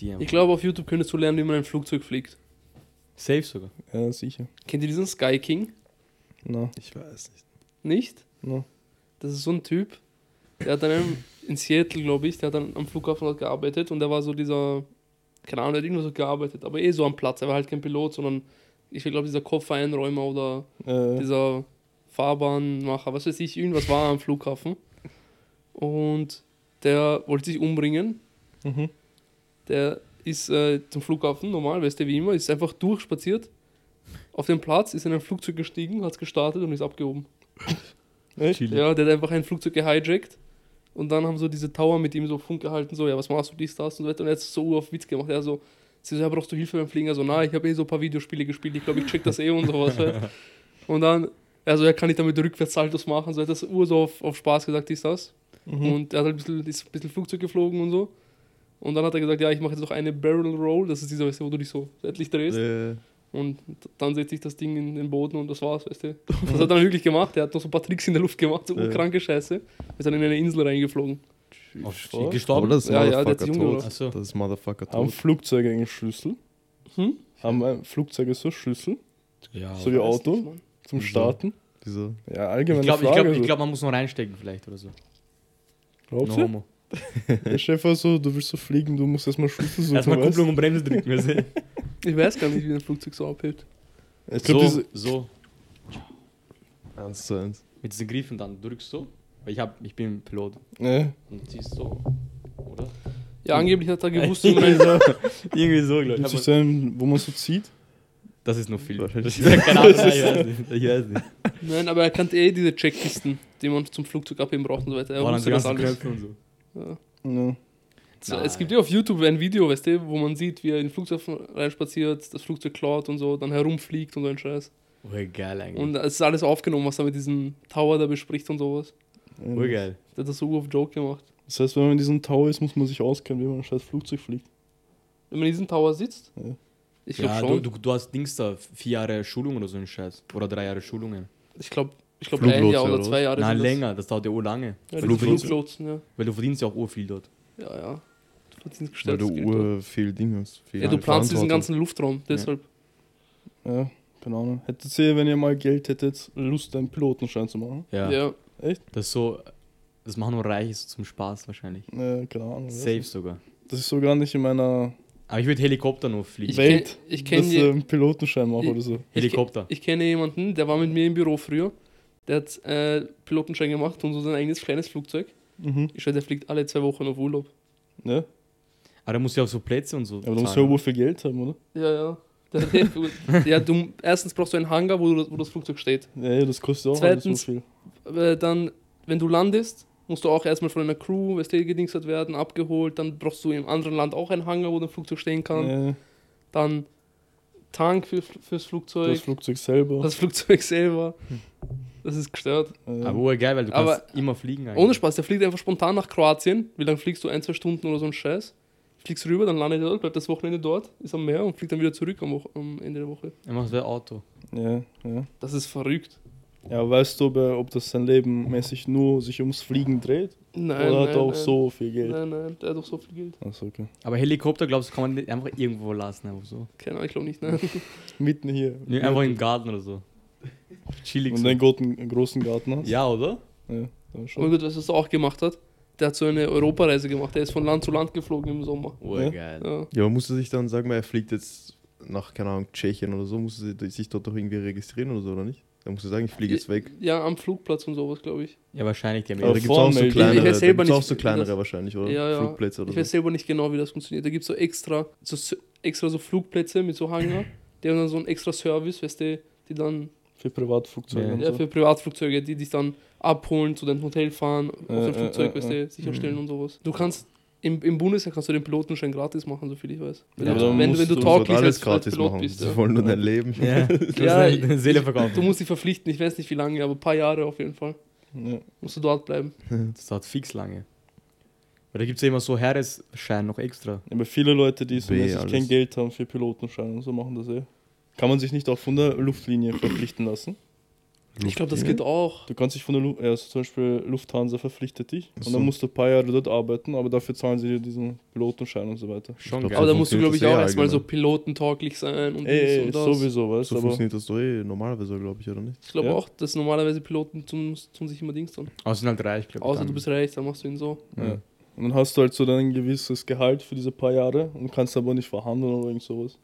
Die haben Ich glaube, auf YouTube könntest du lernen, wie man ein Flugzeug fliegt. safe sogar. Ja, sicher. Kennt ihr diesen Sky King? Na, Ich weiß nicht. Nicht? na. Das ist so ein Typ, der hat dann in Seattle, glaube ich, der hat dann am Flughafen dort gearbeitet und der war so dieser, keine Ahnung, der hat irgendwo so gearbeitet, aber eh so am Platz. Er war halt kein Pilot, sondern ich glaube, dieser Koffereinräumer oder Äh, dieser Fahrbahnmacher, was weiß ich, irgendwas war am Flughafen. Und der wollte sich umbringen. mhm. Der ist äh, zum Flughafen, normal, weißt du, wie immer, ist einfach durchspaziert. Auf dem Platz ist in ein Flugzeug gestiegen, hat es gestartet und ist abgehoben. Echt? Chili. Ja, der hat einfach ein Flugzeug gehijackt. Und dann haben so diese Tower mit ihm so Funk gehalten, so, ja, was machst du, dies, das und so weiter. Und er hat so auf Witz gemacht. Er so, sie so, ja, brauchst du Hilfe beim Fliegen? Also, na, ich habe eh so ein paar Videospiele gespielt, ich glaube, ich check das eh und sowas. Halt. Und dann, also, ja, kann ich damit Rückwärtssaltos machen? So, er hat das Ur so auf, auf Spaß gesagt, dies, das. Mhm. Und er hat halt ein bisschen, ist ein bisschen Flugzeug geflogen und so. Und dann hat er gesagt, ja, ich mache jetzt noch eine Barrel Roll, das ist dieser, weißt du, wo du dich so seitlich drehst. Äh, Und dann setzt sich das Ding in den Boden und das war's, weißt du. Das hat er dann wirklich gemacht. Er hat noch so ein paar Tricks in der Luft gemacht, so Ja. kranke Scheiße. Ist dann in eine Insel reingeflogen. auf Vor- Chili gestorben. das Ja, ja, der hat sich umgebracht. Ach so. Das ist Motherfucker Haben tot. Flugzeuge einen Schlüssel? Hm? Haben äh, Flugzeuge so Schlüssel Ja. So wie ich auch- Weiß Auto? nicht, Mann. zum Wieso? Starten? Wieso? Ja, allgemeine glaube, ich Frage. glaub, ich so. glaub, man muss noch reinstecken vielleicht oder so. Glaubst No du? homo. Der Chef war so, du willst so fliegen, du musst erstmal Schlüssel suchen. Erstmal weißt? Kupplung und Bremse drücken. weißt du? Ich weiß gar nicht, wie ein Flugzeug so abhebt. Ich glaube, so, diese. so. Eins zu eins. Mit diesen Griffen dann drückst du. Weil ich, hab, ich bin Pilot. Ne, Und ziehst so. Oder? Ja, angeblich hat er gewusst, wie man irgendwie ein, so, irgendwie so glaub mit so ich. Aber seinem- wo man so zieht. Das ist nur viel. Wahrscheinlich. Keine Ahnung, ich weiß nicht. Ich weiß nicht. Nein, aber er kannte eh diese Checklisten, die man zum Flugzeug abheben braucht und so weiter. Er Boah, dann wusste die das ganzen alles. Knöpfe und so. Ja. Ja. So, Nein. es gibt ja auf YouTube ein Video, weißt du, wo man sieht, wie er in den Flugzeug reinspaziert, das Flugzeug klaut und so, dann herumfliegt und so ein Scheiß. Urgeil eigentlich. Und es ist alles aufgenommen, was er mit diesem Tower da bespricht und sowas. Urgeil. Der hat das so auf Joke gemacht. ähm, Das heißt, wenn man in diesem Tower ist, muss man sich auskennen, wie man ein scheiß Flugzeug fliegt. Wenn man in diesem Tower sitzt? Ja. Ich glaube Ja, du, schon. du, du hast Dings da, vier Jahre Schulung oder so ein Scheiß. Oder drei Jahre Schulungen. ich glaube, ich glaub, Fluglotse ein Jahr oder oder was? zwei Jahre. Nein, sind länger, das dauert ja urlange. Das. Weil Ja, die du verdienst- Fluglotse. Fluglotsen, ja. Weil du verdienst ja auch urviel dort. Ja, ja. Du verdienst Weil gestelltes du Geld. dort. ur viel Ding hast. Viel Ja, du planst diesen Verantwortung. ganzen Luftraum, deshalb. Ja, keine Ahnung. Hättet ihr, wenn ihr mal Geld hättet, Lust, einen Pilotenschein zu machen? Ja. Ja. Das ist so, das machen nur Reiche so zum Spaß wahrscheinlich. Ja, Ne, keine Ahnung. weiß Safe nicht. sogar. Das ist so gar nicht in meiner Aber ich würde Helikopter nur fliegen. Ich Welt, ähm, kenn- ich kenn dass je- ich einen Pilotenschein mache Ich- oder so. Helikopter. Ich kenne jemanden, der war mit mir im Büro früher. Der hat äh, Pilotenschein gemacht und so sein eigenes kleines Flugzeug. Mhm. Ich weiß, der fliegt alle zwei Wochen auf Urlaub. Ja? Aber da musst du ja auch so Plätze und so. Aber du musst ja zahlen. wohl viel Geld haben, oder? Ja, ja. Der hat eh viel- ja, du, erstens brauchst du einen Hangar, wo, du, wo das Flugzeug steht. Ja, ja, das kostet auch alles so Zweitens- viel. Äh, dann, wenn du landest, musst du auch erstmal von einer Crew, weißt du, gedingst werden, abgeholt. Dann brauchst du im anderen Land auch einen Hangar, wo dein Flugzeug stehen kann. Ja, Dann Tank für, fürs Flugzeug, das das, Flugzeug Hm. selber. Flugzeug selber. Das ist gestört. äh, Aber urgeil, weil du Aber- kannst immer fliegen eigentlich. Ohne Spaß, der fliegt einfach spontan nach Kroatien. Wie lange fliegst du? Ein, zwei Stunden oder so ein Scheiß. Fliegst rüber, dann landet er dort, bleibt das Wochenende dort, ist am Meer und fliegt dann wieder zurück am, Wo- am Ende der Woche. Er macht ein Auto. Ja, ja. Das ist verrückt. Ja, weißt du, ob, er- ob das sein Leben mäßig nur sich ums Fliegen dreht? Nein, oder hat nein, er auch nein. so viel Geld? Nein, nein, der hat doch so viel Geld. Achso, okay. Aber Helikopter, glaubst du, kann man nicht einfach irgendwo lassen, einfach so. Keine Ahnung, ich glaube nicht, nein. Mitten hier. Nee, einfach im Garten oder so. Chillig. Wenn so. du einen großen, großen Garten hast. Ja, oder? ja dann Aber schon. gut, weißt du, was er auch gemacht hat? Der hat so eine Europareise gemacht. Der ist von Land zu Land geflogen im Sommer. Urgeil. Ja. Ja, aber musst du sich dann, sagen wir, er fliegt jetzt nach, keine Ahnung, Tschechien oder so, musst du sich dort doch irgendwie registrieren oder so, oder nicht? Dann musst du sagen, ich fliege jetzt weg. Ja, am Flugplatz und sowas, glaube ich. Ja, wahrscheinlich die Aber da Aber Amerikaner. gibt es auch so vormelden. kleinere, Ich weiß da selber gibt's auch nicht, so wie kleinere das- wahrscheinlich, oder? Ja, ja. Flugplätze oder Ich weiß so. selber nicht genau, wie das funktioniert. Da gibt es so extra so, so extra so Flugplätze mit so Hangar. Die haben dann so einen extra Service, weißt du, die dann Für Privatflugzeuge Ja. und ja, so. für Privatflugzeuge, die dich dann abholen, zu deinem Hotel fahren, auf Äh, äh, dem Flugzeug, äh, weißt du, sicherstellen und sowas. Du kannst im, im Bundesheer kannst du den Pilotenschein gratis machen, so viel ich weiß. Wenn, Ja, du- aber dann wenn, du- wenn musst du du- Du sollst tauglich alles als, als gratis Pilot machen. bist. Sie Ja. wollen nur dein Leben. Ja, du hast Ja, deine deine Seele Du verkaufen. musst dich verpflichten, ich weiß nicht wie lange, aber ein paar Jahre auf jeden Fall. Ja. Musst du dort bleiben. Das dauert fix lange. Weil da gibt es ja immer so Heeresschein noch extra. Aber viele Leute, die so Weh, mäßig alles. kein Geld haben für Pilotenschein und so, machen das eh. Kann man sich nicht auch von der Luftlinie verpflichten lassen? Ich glaube, das geht auch. Du kannst dich von der Lu ja, also zum Beispiel Lufthansa verpflichtet dich und so. dann musst du ein paar Jahre dort arbeiten, aber dafür zahlen sie dir diesen Pilotenschein und so weiter. Schon glaub, geil. Aber da musst du, glaube funktioniert ich, das auch eh erstmal so allgemein. pilotentauglich sein und Ey, ey dies und das. sowieso, weißt So du, aber funktioniert das doch eh normalerweise, glaube ich, oder nicht? Ich glaube ja. auch, dass normalerweise Piloten tun, tun sich immer Dings an. Außer sind halt reich, glaube ich. Außer dann. du bist reich, dann machst du ihn so. Ja. Und dann hast du halt so dein gewisses Gehalt für diese paar Jahre und kannst aber nicht verhandeln oder irgend sowas.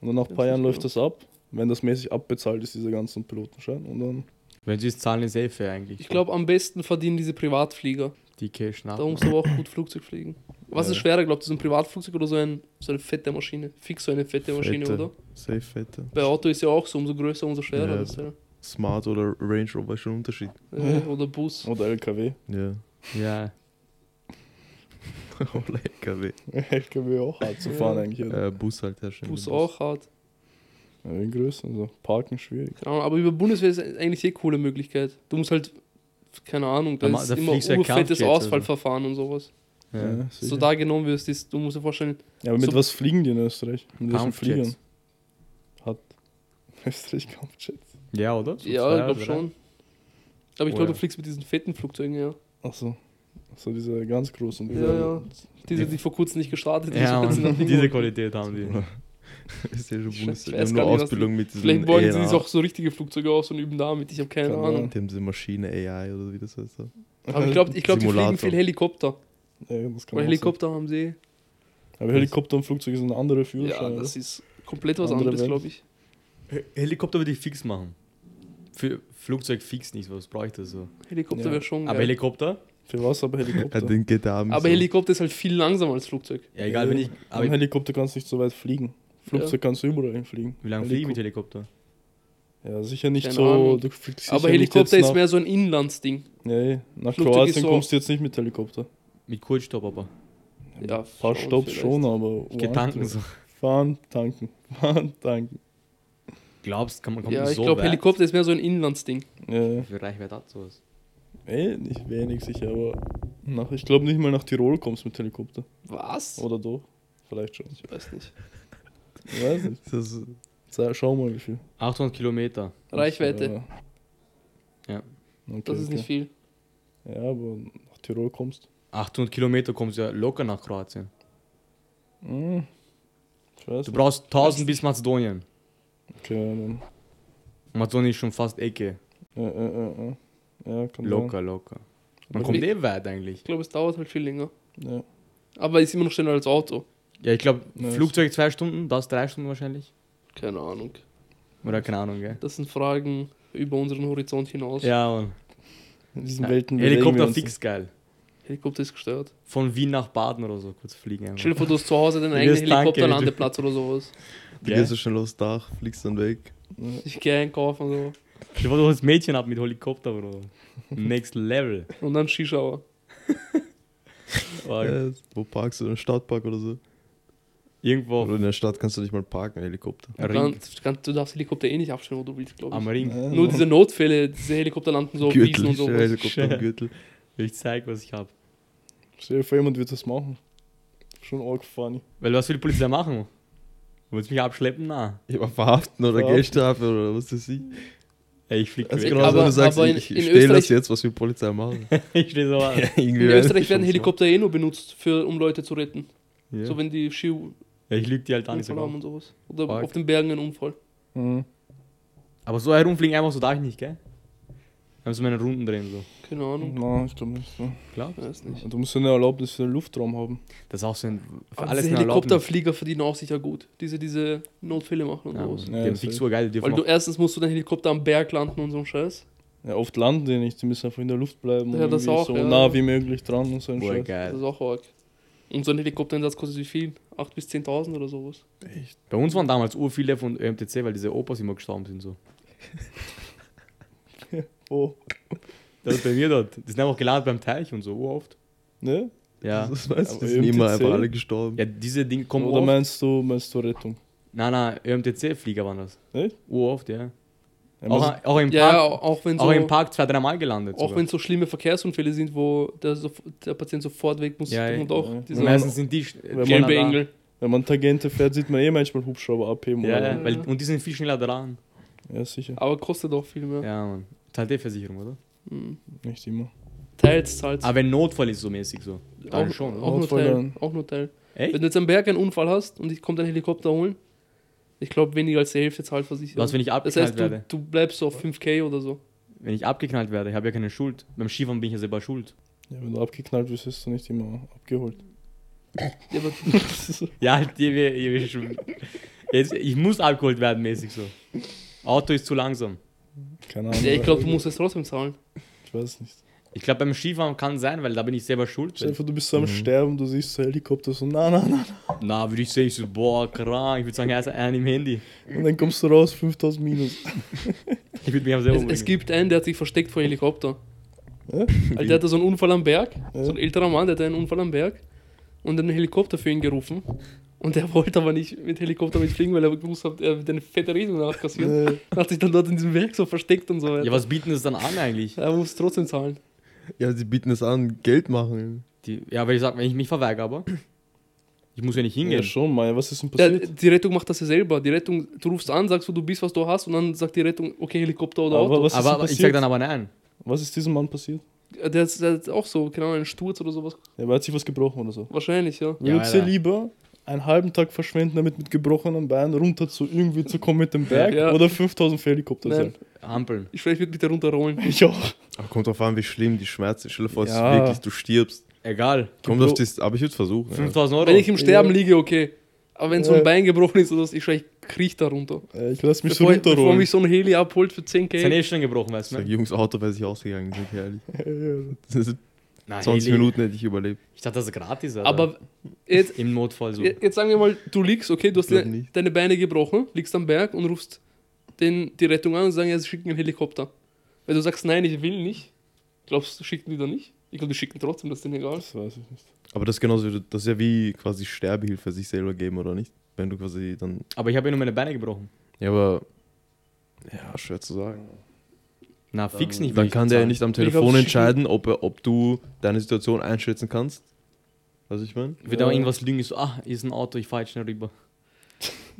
Und dann nach ein Das paar ist Jahren läuft cool. das ab, wenn das mäßig abbezahlt ist, dieser ganzen Pilotenschein. Und dann, Wenn sie es zahlen, ist eh fair eigentlich. Ich glaube, am besten verdienen diese Privatflieger. Die Cash nach. Da musst du aber auch gut Flugzeug fliegen. Was ist Ja. schwerer, glaubt ihr, so ein Privatflugzeug oder so, ein, so eine fette Maschine? Fix so eine fette Maschine, Fette. oder? Safe, fette. Bei Auto ist ja auch so, umso größer, umso schwerer. Ja. Das, ja. Smart oder Range Rover ist schon ein Unterschied. Äh, oder Bus. oder LKW. Ja. Ja. Oder LKW. LKW auch hart zu fahren Ja. eigentlich. Oder? Äh, Bus halt herrschen. Bus auch hart. Ja, wegen Größen, also parken schwierig. Keine Ahnung, aber über Bundeswehr ist eigentlich eh coole Möglichkeit. Du musst halt, keine Ahnung, da Da ma- ist da immer fliegst du ja also. urfettes Kampfjets oder so. Ausfallverfahren und sowas. ja. Ja, So sicher. da genommen wirst, ist, du musst dir vorstellen, ja aber mit so- was fliegen die in Österreich? Mit welchen Fliegern? Kampfjets. Hat Österreich Kampfjets? Ja, oder? So ja, zwei ich glaube oder schon. Aber ich Oh glaube, ja. du fliegst mit diesen fetten Flugzeugen, ja. Achso. Achso, diese ganz großen. Ja, diese- ja. Diese, die vor kurzem nicht gestartet drei. Ja, sind, jetzt in der Mann, Ding- diese Qualität haben die. Ist ja schon Ich Bundeswehr. Die weiß haben gar nur nicht, was Ausbildung mit diesen Vielleicht wollen eh sie sich AI. auch so richtige Flugzeuge aus und üben damit. Ich habe keine Keine Ahnung. Ahnung. Die haben diese Maschine AI oder wie das heißt. so. Aber ich glaube, ich glaub, die fliegen Simulator. viel Helikopter. Ja, das kann Weil auch Helikopter haben sie. sein. Aber Helikopter und Flugzeug ist eine andere Ja, Führerschein. das ist komplett was Andere anderes, Welt. glaube ich. Helikopter würde ich fix machen. Für Flugzeug fix nicht, was brauche ich da so? Helikopter Ja. wäre schon Aber geil. Helikopter? Für was aber Helikopter? Hat den GTA Aber Helikopter ist halt viel langsamer als Flugzeug. Ja, egal, wenn ich. Aber Aber Im Helikopter kannst du nicht so weit fliegen. Flugzeug kannst du überall hinfliegen. wie lange fliege ich mit Helikopter? Helikopter? Ja, sicher nicht Keine so. Ahnung. Du fliegst sicher Aber nicht Helikopter jetzt ist mehr so ein Inlandsding. Nach, nee, Flugzeug nach ist Kroatien so- kommst du jetzt nicht mit Helikopter. Mit Kurzstopp aber. Ja, Ein paar Stops schon, aber. Ich geh tanken woanders. so. Fahren, tanken. Fahren, tanken. Glaubst, kann man kommt Ja, man ich so glaube, weit? Helikopter ist mehr so ein Inlandsding. Ja, ja. Wie viel Reichweite hat sowas? Ey, nicht wenig sicher, aber. Nach, ich glaube nicht mal nach Tirol kommst mit Helikopter. Was? Oder doch? Vielleicht schon. Ich weiß nicht. Ich weiß nicht. Das, Sei- Schau mal, wie viel. 800 Kilometer. Reichweite. Ja. Ja. Okay, Das ist nicht okay. viel. Ja, aber nach Tirol kommst. 800 Kilometer kommst du ja locker nach Kroatien. Mhm. Hm. Ich weiß Du nicht. brauchst 1000 bis Mazedonien. Okay, ja, dann. Mazedonien ist schon fast Ecke. Äh, äh, äh, äh. Ja, kann Locker, locker. Man Aber kommt wie- eh weit eigentlich. Ich glaube, es dauert halt viel länger. Sein. Ja. Aber ist immer noch schneller als Auto. Ja, ich glaube, Nice. Flugzeug zwei Stunden, das drei Stunden wahrscheinlich. Keine Ahnung. Oder keine Ahnung, gell? Das sind Fragen über unseren Horizont hinaus. Ja, Mann. In diesen Ja. Welten bewegen wir Helikopter uns. fix geil. Helikopter ist gestört. Von Wien nach Baden oder so, kurz fliegen einfach. Stell dir vor, du hast zu Hause deinen Du eigenen wirst tanken, Helikopterlandeplatz oder sowas. du Gell? gehst so schnell aufs Dach, fliegst dann weg. Ja. Ich gehe einkaufen und Stell dir vor, du holst Mädchen ab mit Helikopter, Bro. Next Level. so. Und dann Skischauer. Weil Ja, wo parkst du? Im Stadtpark oder so? Irgendwo Oh. Oder in der Stadt kannst du nicht mal parken, Helikopter. am Dann, Ring. kannst- du darfst Helikopter eh nicht abstellen, wo du willst, glaube ich. Am Ring. Ja. Nur diese Notfälle, diese Helikopter landen so auf Wiesen Gürtel, und so sowas. Helikopter im Gürtel. Ich zeig, was ich hab. Stell dir vor, jemand wird das machen. Schon arg funny. Weil was will die Polizei machen? Willst du mich abschleppen? Na. Ja, aber verhaften oder Verhaften. Geldstrafe oder was weiß ich. Ey, ich flieg Also weg. genau Aber- so, du sagst, aber in- ich in stelle das Österreich- jetzt, was wir Polizei machen. ich steh so an. Irgendwie In werden Österreich die schon werden so. Helikopter eh nur benutzt, für, um Leute zu retten. Ja. So wenn die Ski Ja, ich lüg die halt an. ich sag Unfall haben auch. und sowas. Oder Fuck. auf den Bergen einen Unfall. Mhm. Aber so herumfliegen einfach so darf ich nicht, gell? Dann müssen wir meine Runden drehen, so. Keine Ahnung. Nein, ich glaube nicht. So. Klar. Ich weiß nicht. Du musst ja eine Erlaubnis für den Luftraum haben. Das ist auch so ein. Für Aber alles diese eine Erlaubnis. Helikopterflieger verdienen auch sicher gut. Diese, diese Notfälle machen und Ja, sowas. die Ja, haben safe. fix so geil, die Weil dürfen du auch, erstens musst du deinen Helikopter am Berg landen und so ein Scheiß. Ja, oft landen die nicht, die müssen einfach in der Luft bleiben. Ja, und das irgendwie auch, So ja. nah wie möglich dran und so ein Boah, Scheiß. Das geil. ist auch arg. Und so ein Helikoptereinsatz kostet wie viel? 8.000 bis 10.000 oder sowas. Bei uns waren damals ur viele von MTC, weil diese Opas immer gestorben sind, so. Oh, Das ist bei mir dort. Die sind einfach geladen beim Teich und so, uroft. ne? Ja. Das weiß ich, Aber die sind immer MTC? einfach alle gestorben. Ja, diese Dinge kommen Oder uroft. meinst du, meinst du Rettung? Nein, nein, ÖMTC-Flieger waren das. Echt? Uroft, ja. Ja, meinst- Auch, auch im Park, Ja, ja, auch wenn so, auch im Park zwei, dreimal gelandet. auch sogar. wenn so schlimme Verkehrsunfälle sind, wo der, sof- der Patient sofort weg muss. Ja, und ja. auch Ja. und dieser meistens sind die. sch- Wenn man- schneller gelbe da. Engel. Wenn man Tangente fährt, sieht man eh manchmal Hubschrauber abheben. Ja, oder? ja. Weil, und die sind viel schneller dran. ja sicher. Aber kostet auch viel mehr. Ja, Mann. Zahlt der Versicherung, oder? Hm. Nicht immer. Teils, zahlt Aber wenn Notfall ist so mäßig so. Dann auch, schon. Auch nur Notfall Teil. dann. Auch nur Teil. Echt? Wenn du jetzt am Berg einen Unfall hast und ich komme deinen Helikopter holen, ich glaube, weniger als die Hälfte zahlt Versicherung. Was, wenn ich das abgeknallt heißt, du, werde? du bleibst so auf 5k oder so. Wenn ich abgeknallt werde, ich habe ja keine Schuld. Beim Skifahren bin ich ja selber schuld. Ja, wenn du abgeknallt wirst, wirst du nicht immer abgeholt. Ja, aber Ja, halt, ihr wär- ihr wär schon. Jetzt, ich muss abgeholt werden, mäßig so. Auto ist zu langsam. Keine Ahnung. ja, ich glaube, du musst es trotzdem zahlen. Ich weiß nicht. Ich glaube, beim Skifahren kann sein, weil da bin ich selber schuld. Stell dir vor, du bist Mhm. so am Sterben, du siehst so Helikopter so, na, na, na. Na, würde ich sagen, ich so, boah, krank. Ich würde sagen, er ist einen im Handy. Und dann kommst du raus, 5000 Minus. Ich würde mich aber selber Es, es umbringen. gibt einen, der hat sich versteckt vor Helikopter. Ja? Alter, der hatte so einen Unfall am Berg, Ja. so ein älterer Mann, der hatte einen Unfall am Berg und einen Helikopter für ihn gerufen. Und der wollte aber nicht mit Helikopter mitfliegen, weil er gewusst hat, er wird eine fette Rechnung nachkassieren. Äh, Hat sich dann dort in diesem Werk so versteckt und so weiter. Ja, was bieten es dann an eigentlich? er muss trotzdem zahlen. Ja, sie bieten es an, Geld machen. Die, ja, weil ich sag, wenn ich mich verweigere, aber. Ich muss ja nicht hingehen. ja, schon, Maya, was ist denn Ja, passiert? die Rettung macht das ja selber. Die Rettung, du rufst an, sagst, wo du bist, was du hast und dann sagt die Rettung, okay, Helikopter oder Aber Auto. was ist aber denn aber ich sag passiert? dann aber nein. Was ist diesem Mann passiert? Der ist, der ist auch so, keine Ahnung, ein Sturz oder sowas. Ja, aber er hat sich was gebrochen oder so. Wahrscheinlich, ja. Ja, Würdest du Alter. lieber einen halben Tag verschwenden, damit mit gebrochenem Bein runter zu irgendwie zu kommen mit dem Berg Ja. oder 5000 für Helikopter Nein, sein? Ampeln. ich vielleicht würde mich da runterrollen. Ich auch. Aber kommt drauf an, wie schlimm die Schmerzen. Stell dir vor, es Ja. ist wirklich, du stirbst. Egal. Kommt auf das, aber ich würde versuchen. Ja. 5000 Euro. Wenn ich im Sterben liege, okay. Aber wenn so ein Ja. Bein gebrochen ist oder so, ich schreie, ich kriech da runter. Äh, Ich lass mich so Bevor, bevor runterrollen. mich so ein Heli abholt für 10k. Sein eh schon gebrochen, weißt du? Sag, Ne? Jungs, Auto wäre sich ausgegangen, sind wir ehrlich. Das sind Ah, Nein, 20 Heli. Minuten hätte ich überlebt. Ich dachte, das ist gratis, Alter. Aber jetzt, im Notfall so. jetzt sagen wir mal, du liegst, okay, du hast Glaub de nicht. deine Beine gebrochen, liegst am Berg und rufst den, die Rettung an und sagen, ja, sie schicken einen Helikopter. Wenn du sagst, nein, ich will nicht, glaubst du, schicken die dann nicht? Ich glaube, die schicken trotzdem, das ist denen egal. Das weiß ich nicht. Aber das ist genauso, wie- das ist ja wie quasi Sterbehilfe sich selber geben, oder nicht? Wenn du quasi dann. Aber ich habe ja nur meine Beine gebrochen. Ja, aber. Ja, schwer zu sagen. Na, fix nicht. will Dann ich kann der ja bezahlen. nicht am glaub, Telefon schicken- entscheiden, ob, er, ob du deine Situation einschätzen kannst. Was ich meine? Wird Ja. auch irgendwas lügen, ist so, ah, hier ist ein Auto, ich fahre jetzt schnell rüber.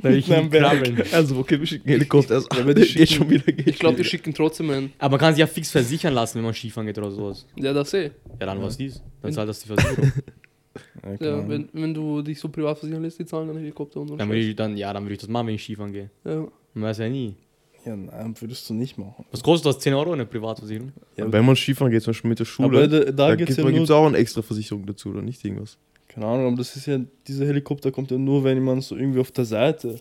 Dann will ich Nein, ihn Berg. krabbeln. Also, okay, wir schicken Helikopter erst. aber die geht schicken- schon wieder, geht Ich glaube, die schon schicken trotzdem einen. Aber man kann sich ja fix versichern lassen, wenn man Skifahren geht oder sowas. Ja, das eh. Ja, dann was dies. Dann Wenn- zahlt das die Versicherung. Ja, keine Ja, Ahnung. wenn, wenn du dich so privat versichern lässt, die zahlen dann Helikopter und so. einen dann würde Scheiß. ich, dann, ja, dann würde ich das machen, wenn ich Skifahren gehe. Ja. Man weiß ja nie. ja, nein, würdest du nicht machen. Was kostet das? 10 Euro eine Privatversicherung? wieder. Wenn man Skifahren geht, zum Beispiel mit der Aber Schule, da- da da, geht's gibt ja man nur- gibt's auch eine extra Versicherung dazu, oder nicht? Irgendwas. Keine Ahnung, aber das ist ja, dieser Helikopter kommt ja nur, wenn jemand so irgendwie auf der Seite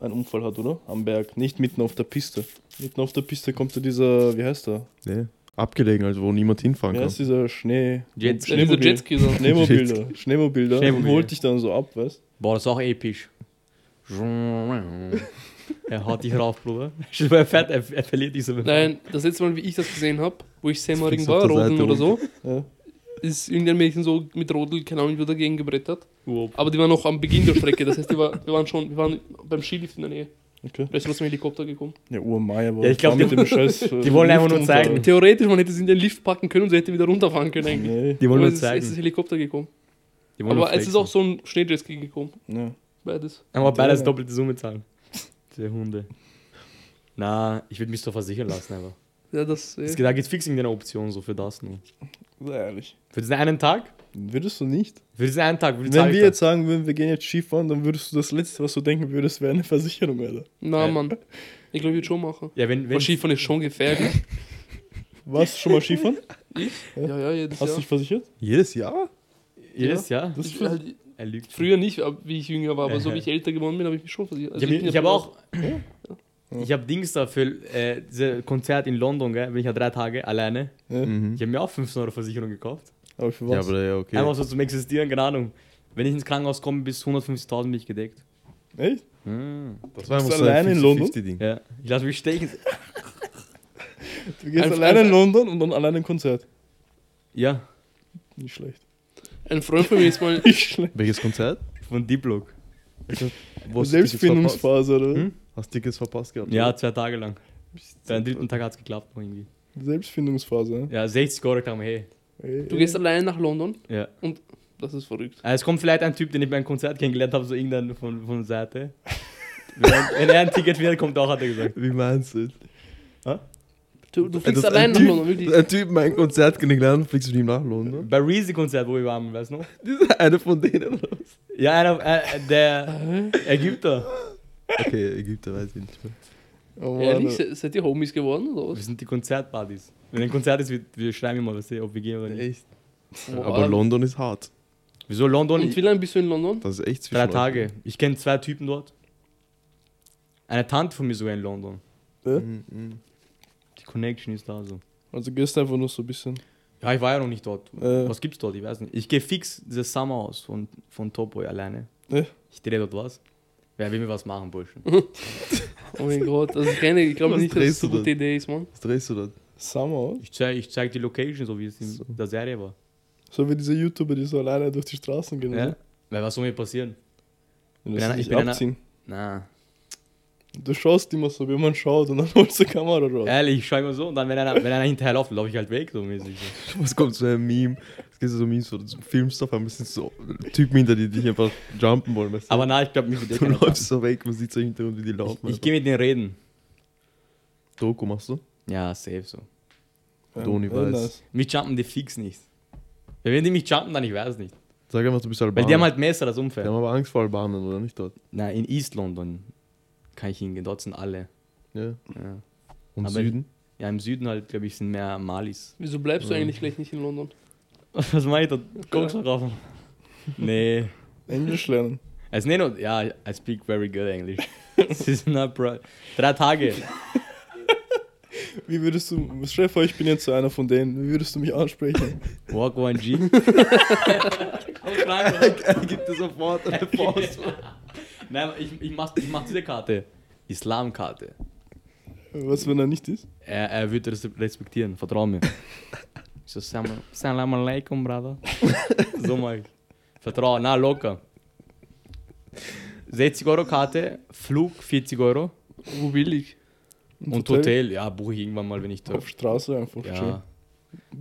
einen Unfall hat, oder? Am Berg, nicht mitten auf der Piste. Mitten auf der Piste kommt ja dieser, wie heißt der? Nee. Abgelegen, also wo niemand hinfahren Wie kann. heißt dieser Schnee? Jets- Ja, diese Schneemobil. Jetski dann. Schneemobilder. Schneemobilder. Schneemobil. Den holt dich dann so ab, weißt Boah, das ist auch episch. er haut dich rauf, Bruder. Stell dir vor, Er fährt, er, er verliert dich so. Nein, das letzte Mal, wie ich das gesehen habe, wo ich Semmering fliegst du auf war, der Rodeln Seite oder so, Ja. ist irgendein Mädchen so mit Rodel, keine Ahnung, wie dagegen gebrettert. Wow. Aber die war noch am Beginn der Strecke, das heißt, die war, wir waren schon wir waren beim Skilift in der Nähe. Okay. Vielleicht ist zum Helikopter gekommen. Ja, Urmai, aber Ja, ich glaub, fahr die- mit dem Scheiß. die wollen einfach nur zeigen. Theoretisch, man hätte sie in den Lift packen können und sie hätte wieder runterfahren können eigentlich. Nee, Die wollen nur Aber es ist, es zeigen. ist Helikopter gekommen. Die wollen nur Aber es ist flexen. auch so ein Schneejetski gekommen. nee. Beides. Aber Ja. beides doppelte Summe zahlen. Der Hunde. Na, ich würde mich doch versichern lassen, aber. Ja, das. Äh, Es geht- Da gibt es fix irgendeine Option so für das nur. Sei ehrlich. Für diesen einen Tag? Würdest du nicht? Für diesen einen Tag. Für diesen Wenn wir einen jetzt sagen würden, wir gehen jetzt Skifahren, dann würdest du das Letzte, was du denken würdest, wäre eine Versicherung, Alter. na, Äh. Mann. Ich glaube, ich würde schon machen. Tag. Ja, wenn, Aber wenn, Skifahren ist schon gefährlich. Warst du schon mal Skifahren? ja, ja, jedes Hast du Jahr. dich versichert? Jedes Jahr? Yes, ja. Das Ich, halt, Er lügt. Früher nicht, ab- wie ich jünger war, aber so Äh. wie ich älter geworden bin, habe ich mich schon versichert. Ich Also habe bin ich ja hab auch. Oh. Ich habe Dings da für äh, dieses Konzert in London, gell? Bin ich ja drei Tage alleine. Ja. Mhm. Ich habe mir auch 15 Euro Versicherung gekauft. Aber für was? Ja, aber ja, okay. Einfach so zum Existieren, keine Ahnung. Wenn ich ins Krankenhaus komme, bis 150.000 bin ich gedeckt. Echt? Hm. das war Bist einfach du so ein allein in London? 50-50-Ding. Ja. Ich lasse mich stechen. Du gehst Ein- alleine ein- in London und dann alleine ein Konzert. Ja, Nicht schlecht. Ein Freund von mir ist mal. Nicht schlecht. Welches Konzert? von Diplock. Wo hast du Tickets verpasst? Selbstfindungsphase, oder? Hm? Hast du Tickets verpasst gehabt? Ja, oder? zwei Tage lang. Am dritten Tag hat es geklappt noch irgendwie. Selbstfindungsphase. ne? Ja, 60 Euro kam, hey. Ey, Du ey. gehst alleine nach London. Ja. Das ist verrückt. Äh, Es kommt vielleicht ein Typ, den ich beim Konzert kennengelernt habe, so irgendein von, von Seite. wenn, wenn er ein Ticket findet, kommt er auch, hat er gesagt. Wie meinst du? Du, du fliegst Das- Äh, allein ein nach Typ- London, wirklich. Ein Typ mein Konzert kennengelernt, fliegst du mit ihm nach London. Bei Reezy-Konzert, wo wir waren, weißt du noch? Dieser eine von denen. oder? Ja, einer, äh, der Ägypter. Okay, Ägypter weiß ich nicht mehr. Oh, Ehrlich, se- seid ihr Homies geworden oder Wir was? sind die Konzertpartys. Wenn ein Konzert ist, wir, wir schreiben immer, was, ob wir gehen oder nicht. Echt. Boah. Aber London ist hart. Wieso London? Und wie lange bist du in London? Das ist echt zwischen Drei Tage. Ich kenne zwei Typen dort. Eine Tante von mir sogar in London. Mhm, mhm. Die Connection ist da so. Also gehst einfach nur so ein bisschen. Ja, ich war ja noch nicht dort. Äh. Was gibt's dort? Ich weiß nicht. Ich gehe fix das Summer aus von, von Topboy alleine. Äh. Ich drehe dort was. Wer will mir was machen, Burschen? Oh mein Gott, also keine, ich glaube Was nicht, dass es drehst so du gute Idee ist, Mann. Was drehst du da? Summer, oder? Ich zeige ich zeig die Location, so wie es in So. der Serie war. So wie diese YouTuber, die so alleine durch die Straßen Mhm. gehen. Ja? oder? Weil was soll mir passieren? Und bin das einer- nicht ich bin einer- abziehen. Na. Du schaust immer so, wie man schaut, und dann holst du die Kamera raus. Ehrlich, ich schau immer so und dann, wenn einer, wenn einer hinterherläuft, laufe ich halt weg, so mäßig. So. Was kommt zu einem Meme? Es gibt so um Memes, wo du so filmst auf einmal sind so Typen hinter dir, die dich einfach jumpen wollen. Weißt du? Aber nein, ich glaube, mich wird eh du keiner läufst so weg, man sieht so im Hintergrund, wie die fragen. laufen. Ich, ich gehe mit denen reden. einfach. Doku machst du? Ja, safe so. Ähm, Toni äh, weiß. nice. Mich jumpen die fix nicht. Weil Wenn die mich jumpen, dann ich weiß nicht. Sag einfach, du bist Albaner. Weil die haben halt Messer, das Die Umfeld. haben aber Angst vor Albanern, oder nicht dort? Na, in East London kann ich hingehen, dort sind alle. Ja. Ja, Und Aber- Süden? ja im Süden halt, glaube ich, sind mehr Malis. Wieso bleibst du eigentlich gleich nicht in London? Was mach ich da? Kommst du drauf? nee. Englisch lernen. Also, nee, no, ja, I speak very good English. This is not pro Drei Tage. Wie würdest du, stell dir vor, ich bin jetzt so einer von denen, wie würdest du mich ansprechen? Walk 1G. Er gibt dir sofort eine Faust. Nein, ich, ich, mach, ich mach diese Karte. Islamkarte. Was, wenn er nicht ist? Er, er wird das respektieren, vertrau mir. Ich so, "Salam- Salam alaikum, brother. so mach ich. Vertrau, na locker. 60 Euro Karte, Flug 40 Euro Wo billig? und, Hotel. ja, buche ich irgendwann mal, wenn ich darf. Auf Straße einfach. Ja. schön.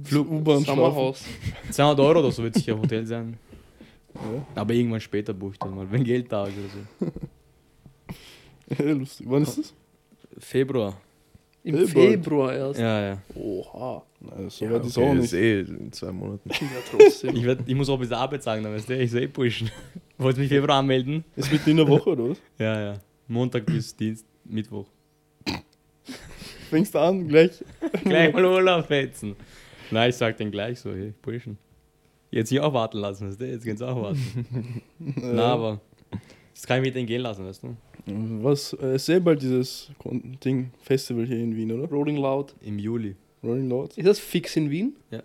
Flug, U-Bahn, schlafen. Sommerhaus. 200 Euro oder so wird sicher Hotel sein. Ja. Aber irgendwann später buche ich das mal, wenn Geld da ist oder so. Lustig. Wann ist das? Februar. Im Hey, bald. Februar erst. Ja, ja. Oha. Nein, so weit ist auch Okay, nicht. ist eh in zwei Monaten. Ja, trotzdem. Ich, werd, ich muss auch bis Arbeit sagen, dann weißt du, ich soll eh pushen. Wolltest mich Februar anmelden? Ist mitten in der Woche, oder was? Ja, ja. Montag bis Dienst, Mittwoch. Fängst du an, gleich. Gleich mal Urlaub fetzen. Nein, ich sag den gleich so, hey, Burschen. Jetzt hier auch warten lassen, weißt du? Jetzt kannst du auch warten. Äh, Na, aber. Das kann ich mit denen gehen lassen, weißt du? Was, äh, ist eh bald dieses Kon- Ding, Festival hier in Wien, oder? Rolling Loud. Im Juli. Rolling Loud? Ist das fix in Wien? Ja.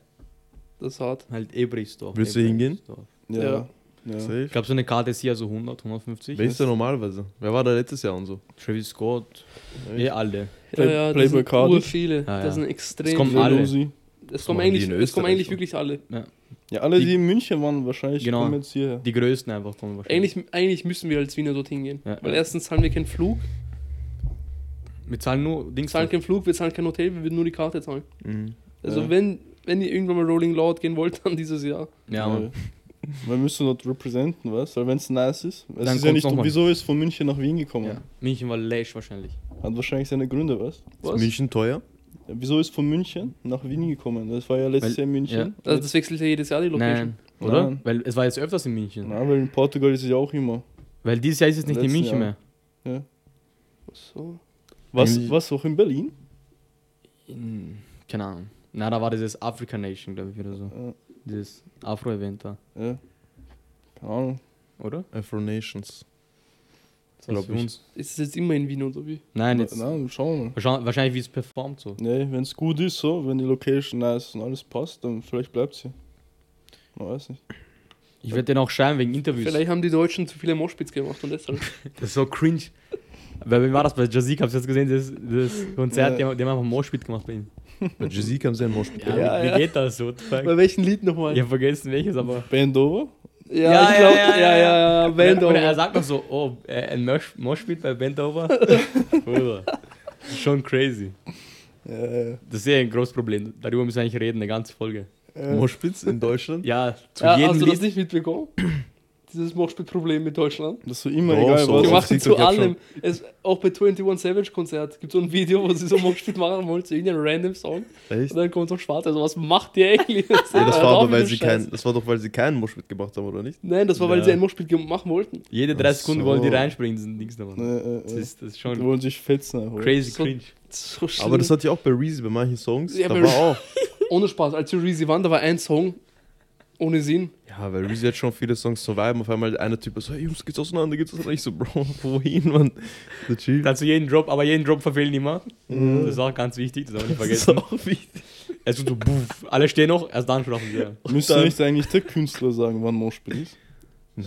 Das ist hart. Halt Ebrisdorf. Willst du hingehen? Ebrisdorf. Ja. ja. Ich Safe. glaube, so eine Karte ist hier so 100, 150. Wer ist da normalerweise? Wer war da letztes Jahr und so? Travis Scott. Eh, alle. Play- ja, ja, das Playboy sind Cardiff. ur viele. Ah, ja. Das sind extrem Es kommen viele. alle. Lucy. Es kommen machen die eigentlich, es in kommen Österreich eigentlich so? wirklich alle. Ja, alle, die, Die- in München waren, wahrscheinlich Genau. kommen jetzt hierher. Die größten einfach kommen wahrscheinlich. Eigentlich, eigentlich müssen wir als Wiener dorthin gehen. Ja, Weil ja. erstens zahlen wir keinen Flug. Wir zahlen nur Wir Dings. zahlen keinen Flug, wir zahlen kein Hotel, wir würden nur die Karte zahlen. Mhm. Also Ja. wenn, wenn ihr irgendwann mal Rolling Loud gehen wollt, dann dieses Jahr. Ja, Mann. Äh, Wir müssen dort representen, weißt Weil wenn es nice ist, es Dann ist ja kommt's nicht, nochmal. wieso ist von München nach Wien gekommen? Ja. München war läsch wahrscheinlich. Hat wahrscheinlich seine Gründe, weißt Ist Was? München teuer? Ja, Wieso ist von München nach Wien gekommen? Das war ja letztes Weil- Jahr in München. Also das wechselt ja jedes Jahr die Location. Nein, oder? Nein. Weil es war jetzt öfters in München. Na, weil in Portugal ist es ja auch immer. Weil dieses Jahr ist es nicht in Letzten München Jahr. mehr. So. Was, Eigentlich- was auch in Berlin? In, keine Ahnung. Na, da war dieses Africa Nation, glaube ich, oder so. Äh, Dieses Afro-Event da, ja. Keine Ahnung. oder? Afro Nations. Das Glaub für ich. uns. Ist es jetzt immer in Wien oder wie? Nein, jetzt. Na, schauen wir mal. Wahrscheinlich, wahrscheinlich wie es performt so. Nee, wenn es gut ist, so, wenn die Location nice ist und alles passt, dann vielleicht bleibt sie. Man weiß nicht. Ich werde den auch schreiben wegen Interviews. Vielleicht haben die Deutschen zu viele Moshpits gemacht und deshalb. Das ist so cringe. Weil wie war das bei Jazik? Hab's jetzt gesehen, das, das Konzert, Ja. die, haben- die haben einfach Moshpit gemacht bei ihm. Bei Jay-Z kam sehr ein Moshpit. Ja, Ja, wie, ja. wie geht das so? What the Bei fuck? welchem Lied nochmal? Ich hab vergessen welches, aber. Bandover? Ja, Ja, ich ja, glaube, ja, ja, ja, ja, ja, Band oder, oder er Over. sagt noch so, oh, äh, ein Mosh- Moshpit bei Bendover. Bruder. das ist Schon crazy. Ja, ja. Das ist ja ein großes Problem. Darüber müssen wir eigentlich reden, eine ganze Folge. ja. Moshpits in Deutschland? Ja, zu Ja, jedem hast du das Lied. nicht mitbekommen? dieses Moshpit-Problem mit Deutschland. Das ist so immer Ja, egal so. was. Die auf machen zu TikTok hab allem. Es, auch bei 21 Savage Konzert gibt es so ein Video, wo sie so Moshpit machen wollen zu irgendeinem random Song. Echt? Und dann kommt so ein Schwarzer. Also, was macht ihr eigentlich? Das, Ja, das, ist war auch aber, weil wieder sie Scheiß. kein, das war doch, weil sie keinen Musch mitgemacht haben, oder nicht? Nein, das war, weil Ja. sie ein Moshpit ge- machen wollten. Jede drei Ach Sekunden so. wollen die reinspringen, sind Dings da, Mann. Äh, Das äh, äh. ist, das ist Die schon wollen sich fetzen einfach. crazy So- cringe. So schlimm. Aber das hatte ich auch bei Reezy, bei manchen Songs. Ja, da bei war auch. Ohne Spaß, als wir Reezy waren, da war ein Song ohne Sinn. Ja, weil Reezy hat schon viele Songs surviven. Auf einmal einer Typ so, hey Jungs, geht's auseinander, geht's auseinander. Ich so, Bro, wohin, man? So chill. Dazu Also jeden Drop, aber jeden Drop verfehlen immer. Mhm. Das ist auch ganz wichtig, das darf man nicht Das ist vergessen. auch wichtig. Es tut so, buff, alle stehen noch, erst dann schlafen sie. Ja. Müsste nicht eigentlich der Künstler sagen, wann Moshpit ist?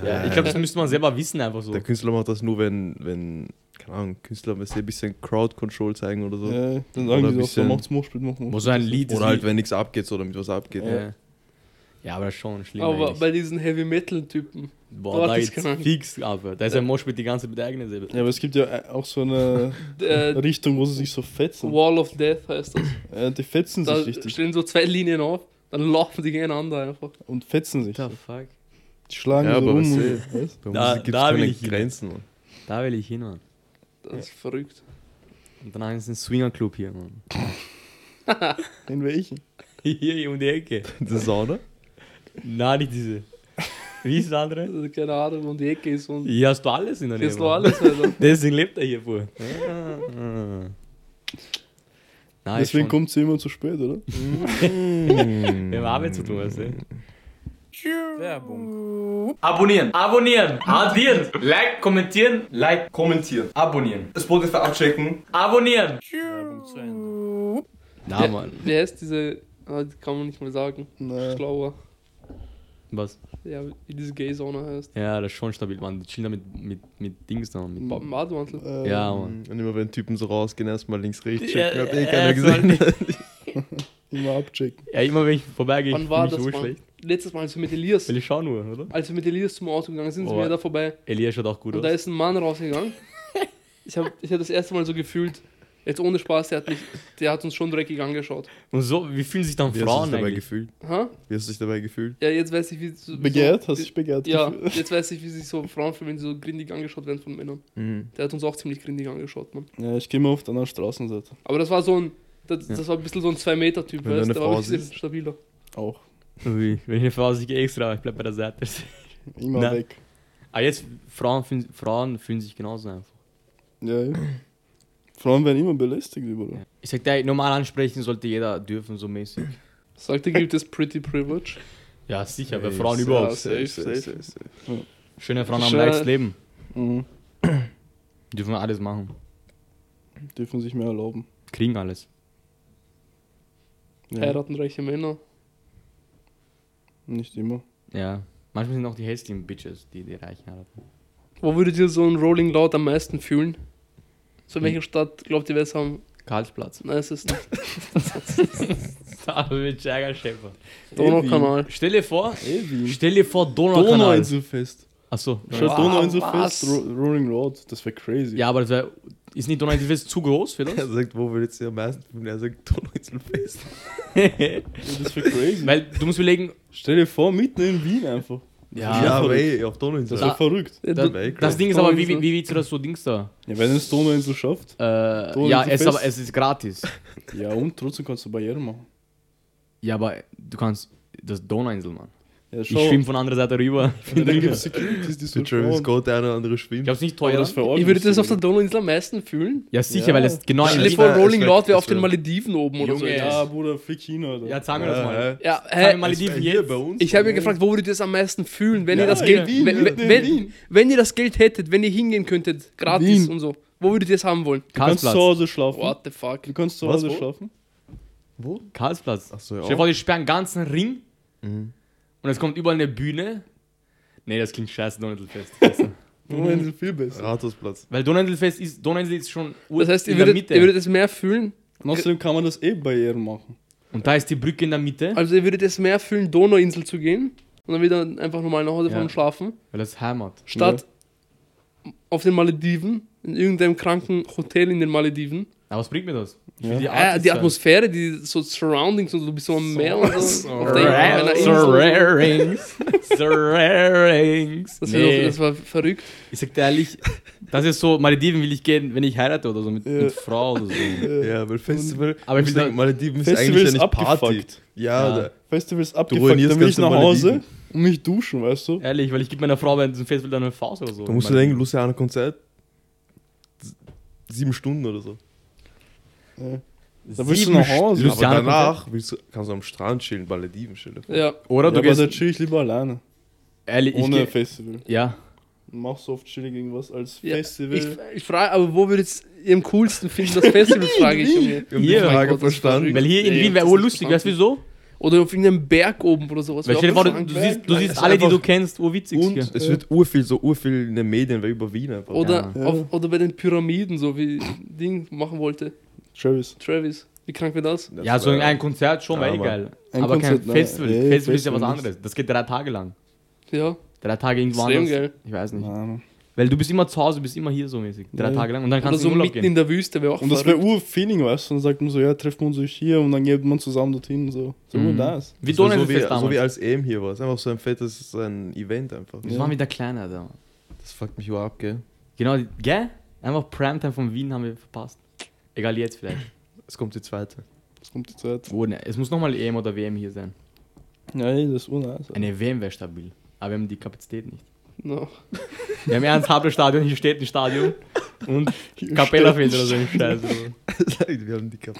Ja, ich glaube, das müsste man selber wissen, einfach so. der Künstler macht das nur, wenn, wenn keine Ahnung, Künstler ein bisschen Crowd-Control zeigen oder so. Ja, dann Oder sagen ein die doch, bisschen- dann macht's Moshpit, mach Moshpit. Muss so ein Lied Oder halt, wenn nichts abgeht, so damit was abgeht. ja. ja, aber das ist schon schlimm. aber eigentlich. bei diesen Heavy Metal-Typen. Boah, da das ist kann man- fix ab. Da ist ein Moshpit die ganze Zeit mit der eigenen Säbel. Ja, aber es gibt ja äh, auch so eine Äh, Richtung, wo sie sich so fetzen. Wall of Death heißt das. Äh, die fetzen Da sich richtig. stehen so zwei Linien auf, dann laufen die gegeneinander einfach. Und fetzen sich. The fuck? Die schlagen Ja, so aber rum. was und- weißt? Bei Da- Musik gibt's da will keine ich hin. Grenzen. Mann. Da will ich hin, Mann. Das ist verrückt. Und dann ist ein Swingerclub hier, Mann. In welchen? Hier um die Ecke. Die Sauna? Na, nicht diese. Wie ist das andere? Also, Keine Ahnung, wo die Ecke ist und Hier hast du alles in der Nähe. jetzt noch Mann. alles, halt Alter. Deswegen lebt er hier vor. Ah, ah. Nein, Deswegen Ah, schon- kommt sie immer zu spät, oder? Wir haben Arbeit zu tun, weißt du? Werbung. Abonnieren, abonnieren, addieren, like, kommentieren, like, kommentieren, abonnieren, Spotify abchecken. abonnieren. Na, Ja. Mann. Wer ist diese. Ah, die kann man nicht mal sagen. Nein. Schlauer. Was? Ja, wie diese Gay-Sauna heißt. Ja, das ist schon stabil, Mann. Die chillen da mit, mit, mit Dings da, mit Bob. Badmantel. Äh, Ja, Mann. Mhm. Und immer wenn Typen so rausgehen, erstmal links, rechts Ja, checken. Hab eh ja, keiner soll gesehen. Immer abchecken. Ja, immer wenn ich vorbeigehe, Wann ich war mich das, so Mann? schlecht. Letztes Mal, als wir mit Elias, Weil ich schaue nur, oder? als wir mit Elias zum Auto gegangen sind, sind Oh. wir da vorbei. Elias schaut auch gut Und da aus. ist ein Mann rausgegangen. Ich habe ich hab das erste Mal so gefühlt, jetzt ohne Spaß, der hat, mich, der hat uns schon dreckig angeschaut. Und so, wie fühlen sich dann Wie hast du dich Frauen dabei eigentlich? gefühlt? Ha? Wie hast du dich dabei gefühlt? Ja, jetzt weiß ich, wie. So, Begehrt? So, Hast du dich begehrt? ja, gefühlt? jetzt weiß ich, wie sich so Frauen fühlen, wenn sie so grindig angeschaut werden von Männern. Mhm. Der hat uns auch ziemlich grindig angeschaut, Mann. ja, ich gehe mal auf der anderen Straßenseite. Aber das war so ein. Das, Ja. das war ein bisschen so ein 2-Meter-Typ, Wenn du weißt eine du? Der war Frau ein bisschen siehst. stabiler. Auch. Ui, wenn ich eine Frau sehe, ich gehe extra, aber ich bleib bei der Seite. Immer Na. weg. Aber jetzt, Frauen fühlen, Frauen fühlen sich genauso einfach. Ja, ja. Frauen werden immer belästigt, überall. Ich sag dir, normal ansprechen sollte jeder dürfen, so mäßig. Sagte, gibt es Pretty Privilege. Ja, sicher, bei Ey, Frauen safe, überhaupt. safe, safe, safe, safe. Schöne Frauen haben Schön. leichtes Leben. Mhm. Dürfen alles machen. Dürfen sich mehr erlauben. Kriegen alles. Ja, Heiraten reiche Männer. nicht immer. Ja. Manchmal sind auch die hässlichen Bitches, die die Reichen halt heiraten. Wo würdet ihr so ein Rolling Loud am meisten fühlen? So in welcher Stadt glaubt ihr, wäre es am Karlsplatz. nicesten? Da mit Jäger Schäfer. Donaukanal. Stell dir vor, Ewi. stell dir vor, Donau Donaukanal. Inselfest. Achso. Schaut Donau Inselfest, was? Ro Rolling Road. Das wäre crazy. Ja, aber das wär, ist nicht Donau Inselfest zu groß für Er das? sagt, wo willst du am meisten fühlen? Er sagt, Donauinselfest. Das wäre crazy. Weil du musst überlegen, Stell dir vor, mitten in Wien einfach. ja, Ja, Ja, aber verrückt. ey, auf Das Donauinsel. ist ja Da- verrückt. Ja, da, du- Weltklasse. das Ding ist aber, wie, Donauinsel. wie, wie willst du das so Dings da? Ja, wenn es Donauinsel schafft. Äh, ja, Donauinselfest. es, aber, es ist gratis. Ja, und trotzdem kannst du Barrieren machen. Ja, aber du kannst das Donauinsel, Mann. Ja, Ich schwimme von anderer Seite rüber. Ja, dann gibt es Securities, die so Für Travis schauen. Scott, der eine oder andere Ich schwimmt. glaube, es nicht Aber teuer. das verordnen Ich würde das sie auf der nicht. Donauinsel am meisten fühlen. Ja, sicher, Ja. weil es genau in Ja, Stell dir das die- vor, wär- Rolling das wär- Loud wäre auf das wär- den Malediven oben oder so. Junge, Ja, Ja, Bruder, flick hin, Alter. Ja, zeigen wir das mal. Ja, ja. ja Äh, Zeigen wir hä? mal die Malediven jetzt. bei uns. Ich habe ja gefragt, wo würdet ihr das am meisten fühlen, wenn Ja, ihr das in Geld, Wien, wenn, mitten wenn, in wenn, Wien. wenn ihr das Geld hättet, wenn ihr hingehen könntet, gratis Wien. und so. Wo würdet ihr es haben wollen? du kannst zu Karlsplatz. Hause schlafen. What the fuck? Du kannst zu Was, Hause wo? schlafen. Wo? Karlsplatz. Achso, ja. Stell dir auch. vor, die sperren den ganzen Ring und es kommt überall eine Bühne. Nee, das klingt scheiße, Donauinselfest. Donauinsel viel besser. Rathausplatz. Weil Donauinselfest ist, Donauinsel ist schon ur- Das heißt, ihr in der würdet, Mitte. ihr würdet es mehr fühlen, Und außerdem kann man das eh Barrieren machen. und da ist die Brücke in der Mitte, also ihr würdet es mehr fühlen, Donauinsel zu gehen und dann wieder einfach normal nach Hause Ja. fahren und schlafen, weil das ist Heimat. statt auf den Malediven, in irgendeinem kranken Hotel in den Malediven. Aber was bringt mir das? Wie die, Ah, Art die ist halt- Atmosphäre, die so Surroundings und so, du bist so am Meer und so. auf der einer Insel. Surroundings. Surroundings. Das, war doch, Nee. das war verrückt. Ich sag dir ehrlich, das ist so, Malediven will ich gehen, wenn ich heirate oder so, mit, mit Frau oder so. Äh, Ja, weil Festival. Aber Aber ich ich will denke, Malediven ist Festival eigentlich ja ist nicht Party. abgefuckt. Ja, Ja. Da, Festivals abgefuckt, ruinierst dann will ich ganze nach Hause Malediven. und mich duschen, weist du? Ehrlich, weil ich gebe meiner Frau während diesem Festival dann eine Faust oder so. da musst du Ich denken, mein, Luciano Konzert. s- Sieben Stunden oder so. Da willst du sieben nach Hause. Stunden. Aber Luciano Konzert. danach willst du, kannst du am Strand chillen, Malediven chillen. Ja. Oder Ja, du aber da gehst. chill ich lieber alleine. Ehrlich, ich Ohne geh, Festival. Ja. Machst du oft chillig irgendwas als ja. Festival. Ich, ich frage, aber wo würdest ihr am coolsten finden, das Festival, frage ich mir. Wir haben die Hier, mein Frage Gott, das ist verstanden. Weil hier in Nee, Wien wäre das wohl ist lustig, weißt du interessant. wieso? Oder auf irgendeinem Berg oben oder sowas. Weil Wäre stell dir auch vor, du, interessant. du siehst, du siehst alle, die du kennst, urwitzig. Und hier. es wird urviel, so urviel in den Medien, weil über Wien einfach. Oder, Ja. auf, oder bei den Pyramiden, so wie Ding machen wollte. Travis. Travis, wie krank wäre das? Das Ja, so wär- ein Konzert schon Ja, mal eh Mann. geil. Ein Aber kein Konzert, nein. Festival. Nee, Festival ist ja was Festival nicht. anderes. Das geht drei Tage lang. Ja, Drei Tage irgendwo Extrem anders. geil. Ich weiß nicht. Nein. Weil du bist immer zu Hause, bist immer hier so mäßig. Drei Ja. Tage lang. Und dann oder kannst so du in mitten Urlaub gehen. in der Wüste wäre auch Und das wäre verrückt. Ur-Feeling, weißt du? Dann sagt man so, ja, treffen wir uns euch hier und dann geht man zusammen dorthin. So, so Mhm. mhm. das. Wie Das wär so Donnerstag wie, damals. so wie als EM hier war. Es ist einfach so ein fettes so ein Event einfach. das war wieder kleiner da. Mann. Das fuckt mich überhaupt ab, gell? Genau, die- gell? Einfach Primetime von Wien haben wir verpasst. Egal jetzt vielleicht. Es kommt die zweite. Das kommt die Zeit. Oh, ne. Es muss nochmal EM oder WM hier sein. Ja, ey, das ist urnice. Eine WM wäre stabil. Aber wir haben die Kapazität nicht. No. Wir haben Ernst-Habler-Stadion, hier steht ein Stadion. Und Capella fehlt oder so ein Scheiß. Mann. Wir haben die Kappe.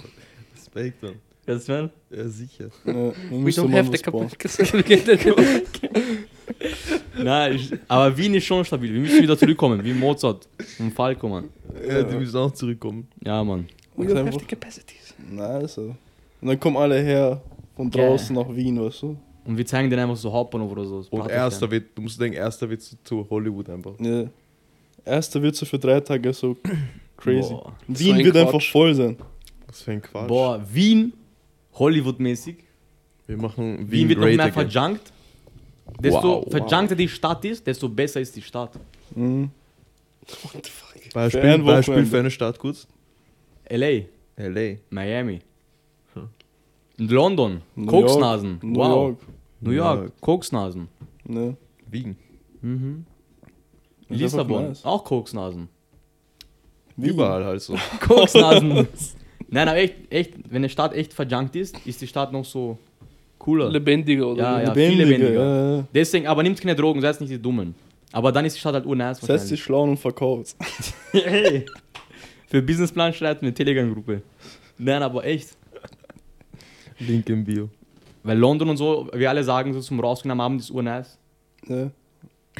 Respekt, Mann. Weißt du, man? Ja, sicher. Ja, dann We müsste don't man have was the bauen. capacity. Nein, ich, aber Wien ist schon stabil. Wir müssen wieder zurückkommen, wie Mozart und Falco, Mann. Ja, die müssen auch zurückkommen. Ja, Mann. We don't have the capacities. Nice. ey. Und dann kommen alle her von Geil. draußen nach Wien, weißt du? Und wir zeigen denen einfach so Hauptbahnhof oder so. das Und Prater- erster wird, du musst denken, erster wird zu, zu Hollywood einfach. Ja. Erster wird so für drei Tage so crazy. Boah. Wien ein wird Quatsch. einfach voll sein. Was für ein Quatsch. Boah, Wien, Hollywood-mäßig. Wir machen Wien, wird noch great mehr again. verjunkt. Desto Wow, wow. verjunkter die Stadt ist, desto besser ist die Stadt. Mhm. What the fuck? Beispiel, Für ein Beispiel Wochenende. für eine Stadt kurz. L.A., L.A. Miami, London, Hm. New Koksnasen. York, New wow. York. New York, Koksnasen. Ne. Wien. Mhm. Das ist Lissabon, einfach nice. auch Koksnasen. Wien. Überall halt so. Koksnasen. Nein, aber echt, echt, wenn eine Stadt echt verjunkt ist, ist die Stadt noch so cooler. Lebendiger oder Ja, wie? ja, viel Lebendiger. lebendiger. ja, ja. Deswegen, aber nimmt keine Drogen, seid nicht die Dummen. Aber dann ist die Stadt halt urnice Setz dich wahrscheinlich. schlauen und verkauft. Hey. Für Businessplan schreibt eine Telegram-Gruppe. Nein, aber echt. Link im Bio. Weil London und so, wir alle sagen so zum Rausgehen am Abend ist urnice. Ja. Und Ne?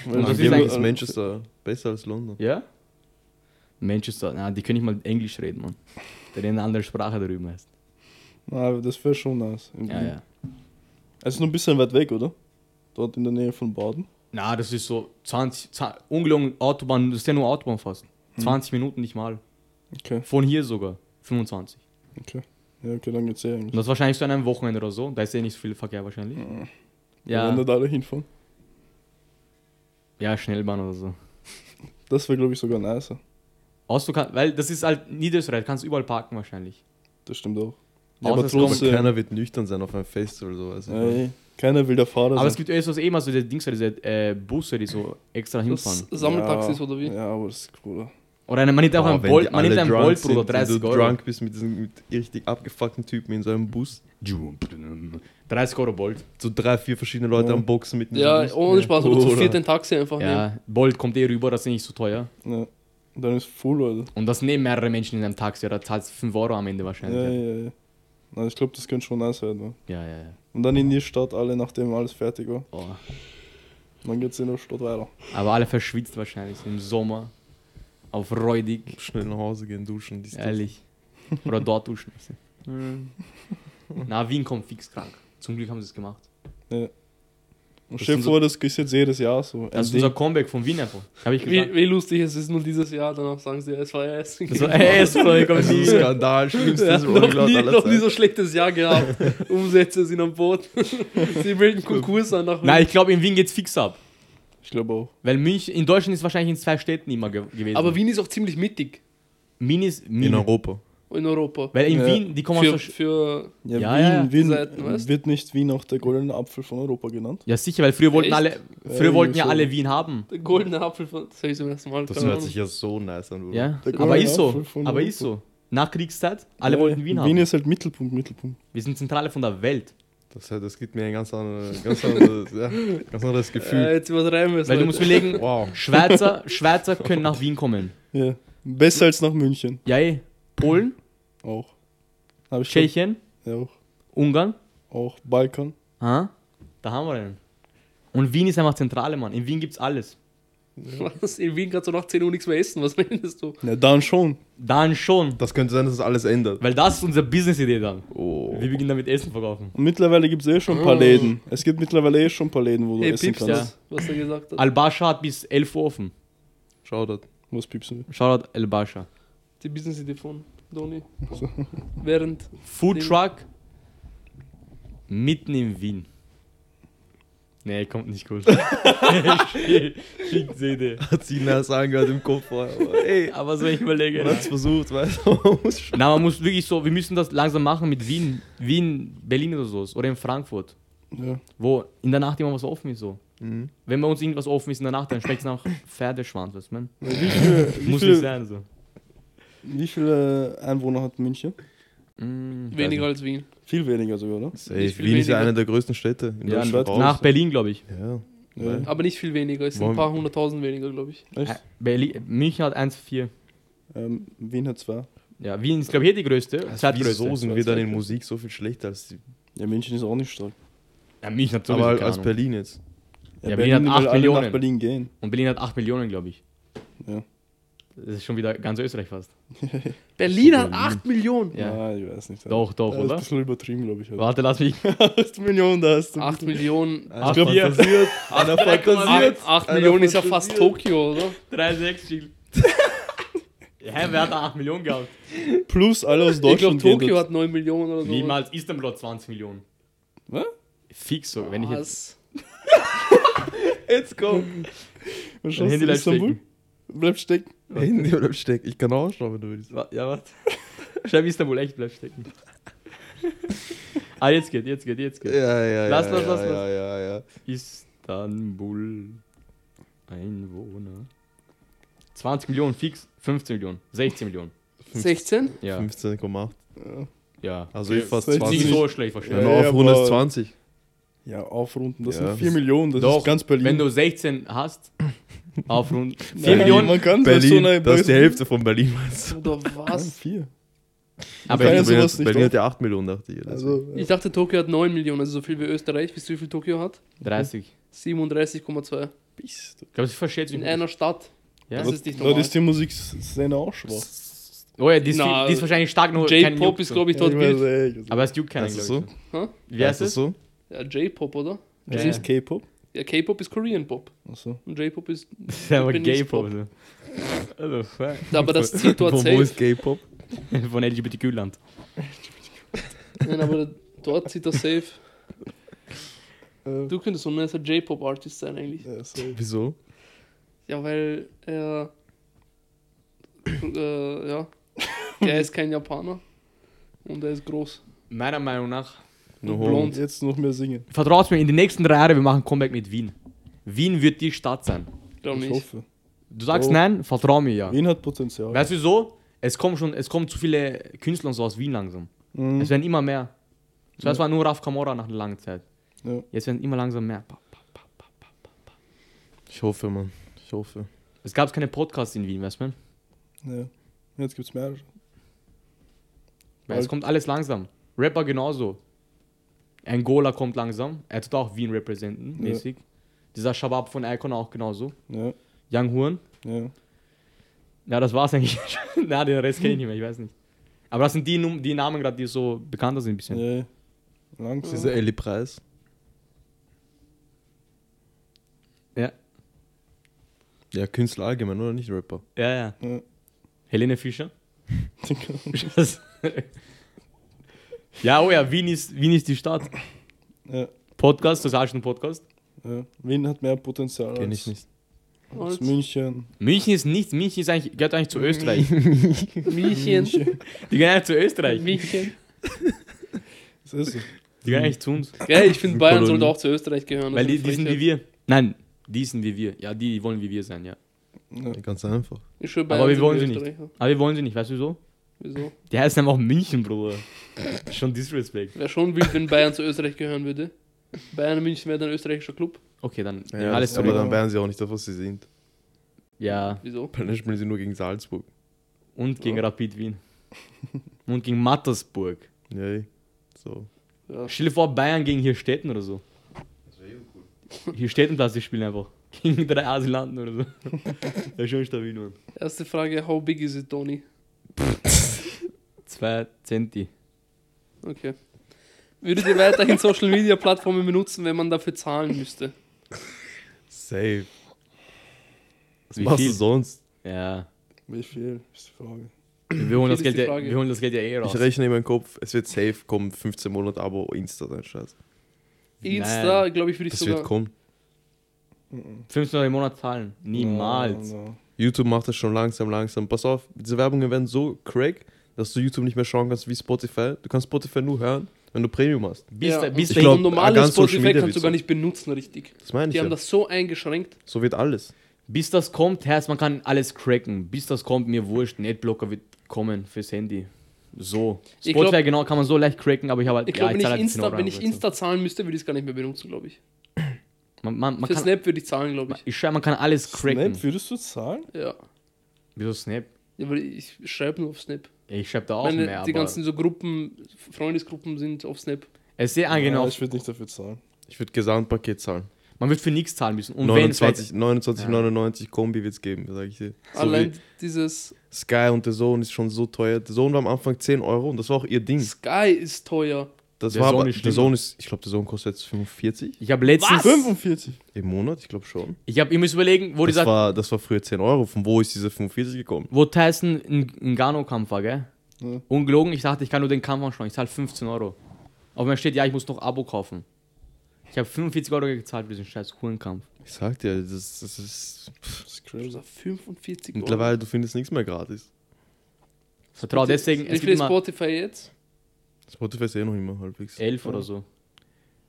Weil Also das Das ist ist, eigentlich- ist Manchester besser als London. Ja? Manchester, na, die können nicht mal Englisch reden, Mann. Die reden eine andere Sprache darüber heißt. Na, das wäre schon nice. Ja, ja. Es ist nur ein bisschen weit weg, oder? Dort in der Nähe von Baden. Na, das ist so 20, 20 ungelogen Autobahn, das ist ja nur Autobahn fast. 20 Minuten nicht mal. Okay, Von hier sogar. 25. okay. Ja, okay, dann geht's eh Und eigentlich. das wahrscheinlich so an einem Wochenende oder so. Da ist eh nicht so viel Verkehr wahrscheinlich. Wenn Mhm. Ja, wir da alle hinfahren. ja Schnellbahn oder so. Das wäre, glaube ich, sogar nicer. Außer du kannst, weil das ist halt Niederösterreich, du kannst überall parken wahrscheinlich. Das stimmt auch. Ja, aber das Aber trotzdem. keiner wird nüchtern sein auf einem Festival so. Also Ey, keiner will der Fahrer Aber es sein. gibt öfters eh immer so diese Dings, diese äh, Busse, die so extra Das hinfahren. Sammeltaxis oder wie? Ja, aber das ist cooler. Oder eine, man nimmt auch einen Bolt, man nimmt einen Bolt, Bruder, 30 du Euro. drunk bist mit diesen mit richtig abgefuckten Typen in so einem Bus. 30 Euro Bolt. So drei, vier verschiedene Leute Ja. am Boxen mit Ja, diesem Bus. ohne Spaß, aber zu Oder- viert ein Taxi einfach nehmen. Ja, Bolt kommt eh rüber, das ist nicht so teuer. Ja. Dann ist full, Alter. Und das nehmen mehrere Menschen in einem Taxi, oder zahlst 5 Euro am Ende Ja, wahrscheinlich. ja, ja. ja. Na, ich glaube, das könnte schon nice werden. Ne? Ja, ja, ja. Und dann in die Stadt alle, nachdem alles fertig war. Oh. Dann geht's in der Stadt weiter. Aber alle verschwitzt wahrscheinlich im Sommer. Auf räudig. Schnell nach Hause gehen, duschen. dies, das. Ehrlich. Oder dort duschen. Na, Wien kommt fix krank. Zum Glück haben sie es gemacht. Und Das stell sind dir so- vor, das ist jetzt jedes Jahr so. Ein Das ist Ding. unser Comeback von Wien einfach. Habe ich Wie, gesagt. wie lustig es ist, nur dieses Jahr, danach sagen sie, es war ja erst. Das war es, Bruder, ich komm Das nie. ist ein Skandal, Wir schlimmstes haben noch Rollout nie, aller noch nie so Zeiten. schlechtes Jahr gehabt. Umsätze sind am Boot. Sie melden Konkurs an nach Nein, ich glaube, in Wien geht's fix ab. Ich glaube auch. Weil München, in Deutschland ist wahrscheinlich in zwei Städten immer ge gewesen. Aber Wien ist auch ziemlich mittig. Wien ist Wien. In Europa. in Europa. Weil in Ja. Wien, die kommen Für, so. sch- für Ja, Ja, Wien, ja. Wien Seiten, weißt? wird nicht Wien auch der goldene Apfel von Europa genannt? Ja, sicher, weil früher wollten Echt? alle. Früher irgendwie wollten ja so. alle Wien haben. den goldenen Apfel von. Das habe ich zum ersten Mal. Das keine hört Ahnung. sich ja so nice an, Bruder. Ja, Der aber goldene ist so. Apfel von Aber Europa. ist so. Nach Kriegszeit, alle Ja, wollten Wien haben. Wien ist halt Mittelpunkt, Mittelpunkt. Wir sind Zentrale von der Welt. Das, hat- das gibt mir ein ganz anderes, ganz anderes, ja, ganz anderes Ja, Gefühl. äh, jetzt übertreiben wir es. Weil du Leute. musst überlegen, Wow. Schweizer, Schweizer können nach Wien kommen. Ja. Besser als nach München. Ja, ey. Polen, Auch. Hab ich schon- Tschechien, Ja, auch. Ungarn. Auch Balkan. Ha? Da haben wir den. Und Wien ist einfach Zentrale, Mann. In Wien gibt's alles. Was? In Wien kannst du nach 10 Uhr nichts mehr essen. Was redest du? Na, dann schon. Dann schon. Das könnte sein, dass es alles ändert. Weil das ist unsere Business-Idee dann. Oh. Wir beginnen damit Essen verkaufen. Und mittlerweile gibt es eh schon ein paar Mm. Läden. Es gibt mittlerweile eh schon ein paar Läden, wo du Hey, essen piepst kannst. das, was er gesagt hat. Al-Basha hat bis 11 Uhr offen. Schau dort. Was piepsen wir? Shoutout Al-Basha. Die Business-Idee von Doni. Während. Food Nee. Truck mitten in Wien. Nee, kommt nicht cool. Schickt Idee. Hat sie nice angehört im Kopf vorher. aber Ey, eh Aber so, ich überlege. man hat's versucht, weißt du. Man muss schon. Na, man muss wirklich so, wir müssen das langsam machen mit Wien, Wien, Berlin oder so, oder in Frankfurt, Ja. wo in der Nacht immer was offen ist so. Mhm. Wenn bei uns irgendwas offen ist in der Nacht, dann schmeckt es nach Pferdeschwanz, weißt du, man? Wie viele, wie, Muss nicht viele, sein so. wie viele Einwohner hat München? Mm, Weniger als Wien. Viel weniger sogar, oder? Safe. Nicht viel Wien ist ja weniger. eine der größten Städte in ja, Schweiz- Deutschland. raus. nach Berlin, glaube ich. Ja. Ja. Aber nicht viel weniger. Es sind ein Wollen- paar hunderttausend weniger, glaube ich. Äh, Echt? Berlin, München hat 1,4. Ähm, Wien hat zwei. Ja, Wien ist, glaube ich, hier die größte. Wieso Zweitgrößte. sind wir dann in Musik so viel schlechter als die, Ja, München ist auch nicht stark. Ja, München hat sowieso aber keine als Ahnung. Berlin jetzt? Ja, Berlin hat acht weil alle Millionen. nach Berlin gehen. Und Berlin hat 8 Millionen, glaube ich. Ja. Das ist schon wieder ganz Österreich fast. Berlin Berlin. hat 8 Millionen. Ja. Ah, ich weiß nicht. Doch, doch, das ist ein oder? bisschen übertrieben, glaube ich. also. Warte, lass mich. 8 Millionen, da hast du. 8 Millionen. Acht Ich glaube, Millionen. fantasiert. Einer 8, Millionen ist ja fast Tokio, oder? 3,6 Hä, wer hat da 8 Millionen gehabt? Plus alle aus Ich glaube, Deutschland gehen Tokio dort. hat 9 Millionen oder so. Niemals Istanbul hat 20 Millionen. Was? Fix so, wenn ich jetzt Was? Let's go. Was mein schaust Handy du, bleib Istanbul? stecken. Bleib stecken. Handy bleibt stecken. Ich kann auch schauen, wenn du willst. Wa- Ja, warte. Schreib Istanbul, echt, bleib stecken. ah, jetzt geht, jetzt geht, jetzt geht. Ja, ja, Lass, ja. lass, ja, lass, ja, ja, ja. Istanbul. Einwohner. 20 Millionen fix, 15 Millionen, 16 Millionen. 16? Ja, 15,8. Ja, ja. Also ich fast Das ist Ist nicht 20. so schlecht verstanden. Wenn Ja, wir aufrunden, aber- ist 20. ja aufrunden, das Ja. sind 4 Millionen, das Doch, ist ganz Berlin. Wenn du 16 hast, auf rund 4 Nein, Millionen. Man kann bei so Berlin, einer- das ist die Hälfte von Berlin, meinst du? Oder Nein, was? vier. Aber Keine ich- Ja, Berlin, sowas hat, nicht, Berlin doch. hat ja 8 Millionen, dachte ich. Also, Also, Ich dachte, Tokio hat 9 Millionen, also so viel wie Österreich. Wisst du, wie viel Tokio hat? 30. Ich 37,2. bist du. glaube, sie versteht sich. In einer Stadt. Ja. Das ist nicht Leute, normal. ist die Musikszene auch schwach. Oh ja, die ist, Na, die ist wahrscheinlich stark nur. kein J-Pop juckt ist, so. glaube ich, dort Ja, wild. weiß, eh, also. ey, Aber es juckt keinen, Heißt das glaube ich. Ha? ne? Wie heißt das es? so? Ja, J-Pop, oder? Das ist K-Pop. Also. Ja, K-Pop ist Korean Pop. Achso. Und J-Pop ist. Das ist aber Japanese Gay-Pop. so. Also, fuck. Aber das zieht dort Wo, wo ist safe. K-Pop? Von LGBTQ-Land. Nein, aber dort zieht das safe. Äh, Du könntest so ein nicer J-Pop-Artist sein, eigentlich. ja, sorry. Wieso? Ja, weil er. Äh, ja. Er ist kein Japaner. Und er ist groß. Meiner Meinung nach. No Blond. homo. Und jetzt noch mehr singen. Vertraut mir, in den nächsten drei Jahren, wir machen Comeback mit Wien. Wien wird die Stadt sein. Glaub Ich nicht. hoffe. Du sagst Oh. nein, vertrau mir ja. Wien hat Potenzial. Weißt du wieso? Es kommen schon, es kommen zu viele Künstler und so aus Wien langsam. Mhm. Es werden immer mehr. Zuerst war nur Raf Kamora nach einer langen Zeit. Ja. Jetzt werden immer langsam mehr. Pa, pa, pa, pa, pa, pa, pa. Ich hoffe, Mann. Ich hoffe. Es gab keine Podcasts in Wien, weißt du? man? Ja. Jetzt gibt's mehr. Weil es Weil- kommt alles langsam. Rapper genauso. Angola kommt langsam. Er tut auch Wien representen, Ja. mäßig. Dieser Shabab von Icon auch genauso. Ja, Young Huren. ja. Ja, das war's eigentlich. Na, den Rest kenne ich nicht mehr, ich weiß nicht. Aber das sind die, Num- die Namen gerade, die so bekannter sind ein bisschen. ja. Das Langsam. ist der Ellie Preis. Ja. Ja, Künstler allgemein, oder nicht Rapper? Ja, ja. Ja. Helene Fischer. ja, oh ja, Wien ist, Wien ist die Stadt. Ja, Podcast, das heißt ein Podcast. ja. Wien hat mehr Potenzial Kenn ich nicht. Aus Als München. München ist nichts. München ist eigentlich, gehört eigentlich zu Österreich. Miechen. Die gehören eigentlich zu Österreich. Miechen. Das ist so. Die gehören eigentlich zu uns. Ja, ich finde, Eine Bayern Kolonie. sollte auch zu Österreich gehören. Weil das die, ist die eine sind wie Frechheit. wir. Nein, die sind wie wir. Ja, die wollen wie wir sein, ja. Ja. Ganz einfach. Ich schwöre, Bayern Aber wir sind wollen wie sie nicht. Österreicher. Aber wir wollen sie nicht, weißt du wieso? Wieso? Die heißen aber auch München, Bruder. Schon Disrespect. Wäre schon wild, wenn Bayern zu Österreich gehören würde. Bayern München wäre dann ein österreichischer Club. Okay, dann nehmen wir Ja, alles alles das- aber zurück. dann wären sie auch nicht das, was sie sind. Ja, Wieso? Weil dann spielen sie nur gegen Salzburg. und gegen Ja. Rapid Wien. Und gegen Mattersburg. Ja, ey. so. Ja. Stell dir vor, Bayern gegen hier Städten oder so. Hier Städtenplatz, die spielen einfach. Gegen drei Asylanten oder so. Das ist schon stabil, Mann. Erste Frage, how big is it, Tony? Zwei Centi. Okay. Würdet ihr weiterhin Social Media Plattformen benutzen, wenn man dafür zahlen müsste? Safe. Was Wie machst viel? du sonst? Ja. Wie viel ist die Frage? Wir holen, das Viel ist Geld die ja, Frage. wir holen das Geld ja eh raus. Ich rechne in meinem Kopf, es wird safe kommen, 15 Monate Abo, Insta, dein Scheiß. Insta, glaube ich, würde ich Das wird sogar. kommen. 15 Euro im Monat zahlen. Niemals. No, no. YouTube macht das schon langsam, langsam. Pass auf, diese Werbungen werden so crack, dass du YouTube nicht mehr schauen kannst wie Spotify. Du kannst Spotify nur hören, wenn du Premium hast. Bis, ja, da, bis ich dahin- glaube, glaub, normales ganz Social Spotify kannst Media du wird's gar so. nicht benutzen, richtig. Das meine ich Die ja. haben das so eingeschränkt. So wird alles. Bis das kommt, heißt, man kann alles cracken. Bis das kommt, mir wurscht. Netblocker wird kommen fürs Handy. So. Ich Spotify glaub- genau kann man so leicht cracken, aber ich habe halt. Ich glaube, zahle wenn, ich halt 10 Insta, Euro wenn rein, ich weißt du. Insta zahlen müsste, würde ich es gar nicht mehr benutzen, glaube ich. Man, man, man Für kann, Snap würde ich zahlen, glaube ich. ich schwör, man kann alles cracken. Snap, würdest du zahlen? Ja. Wieso Snap? ja weil ich schreibe nur auf Snap. Ich schreibe da auch Meine, mehr, die aber. ganzen so Gruppen, Freundesgruppen sind auf Snap. Es ist sehr Ja, angenehm. ich würde nicht dafür zahlen. Ich würde Gesamtpaket zahlen. Man wird für nichts zahlen müssen. Und wenn, vielleicht- 29,99 29, Ja. 99 Kombi wird es geben, sage ich dir. So Allein wie dieses Sky und The Zone ist schon so teuer. The Zone war am Anfang 10 Euro und das war auch ihr Ding. Sky ist teuer. Das The war Zone aber, ist The schlimmer. Zone ist, ich glaube, The Zone kostet jetzt 45 Ich habe letztens. 45. im Monat, ich glaube schon. Ich habe, ihr müsst überlegen, wo die Das sagt, war, das war früher 10 Euro. Von wo ist diese 45 gekommen? wo Tyson ein ein Gano-Kampf war, gell? Ja. Ungelogen, ich dachte, ich kann nur den Kampf anschauen. Ich zahle 15 Euro. Aber mir steht, ja, ich muss noch Abo kaufen. Ich habe 45 Euro gezahlt für diesen scheiß Hurenkampf. Ich sag dir, das, das ist. Das ist Das crazy. ist 45 Euro. Mittlerweile, du findest nichts mehr gratis. Vertrau deswegen, Wie es viel gibt ist immer Spotify jetzt? Spotify ist eh noch immer halbwegs. 11 oder so.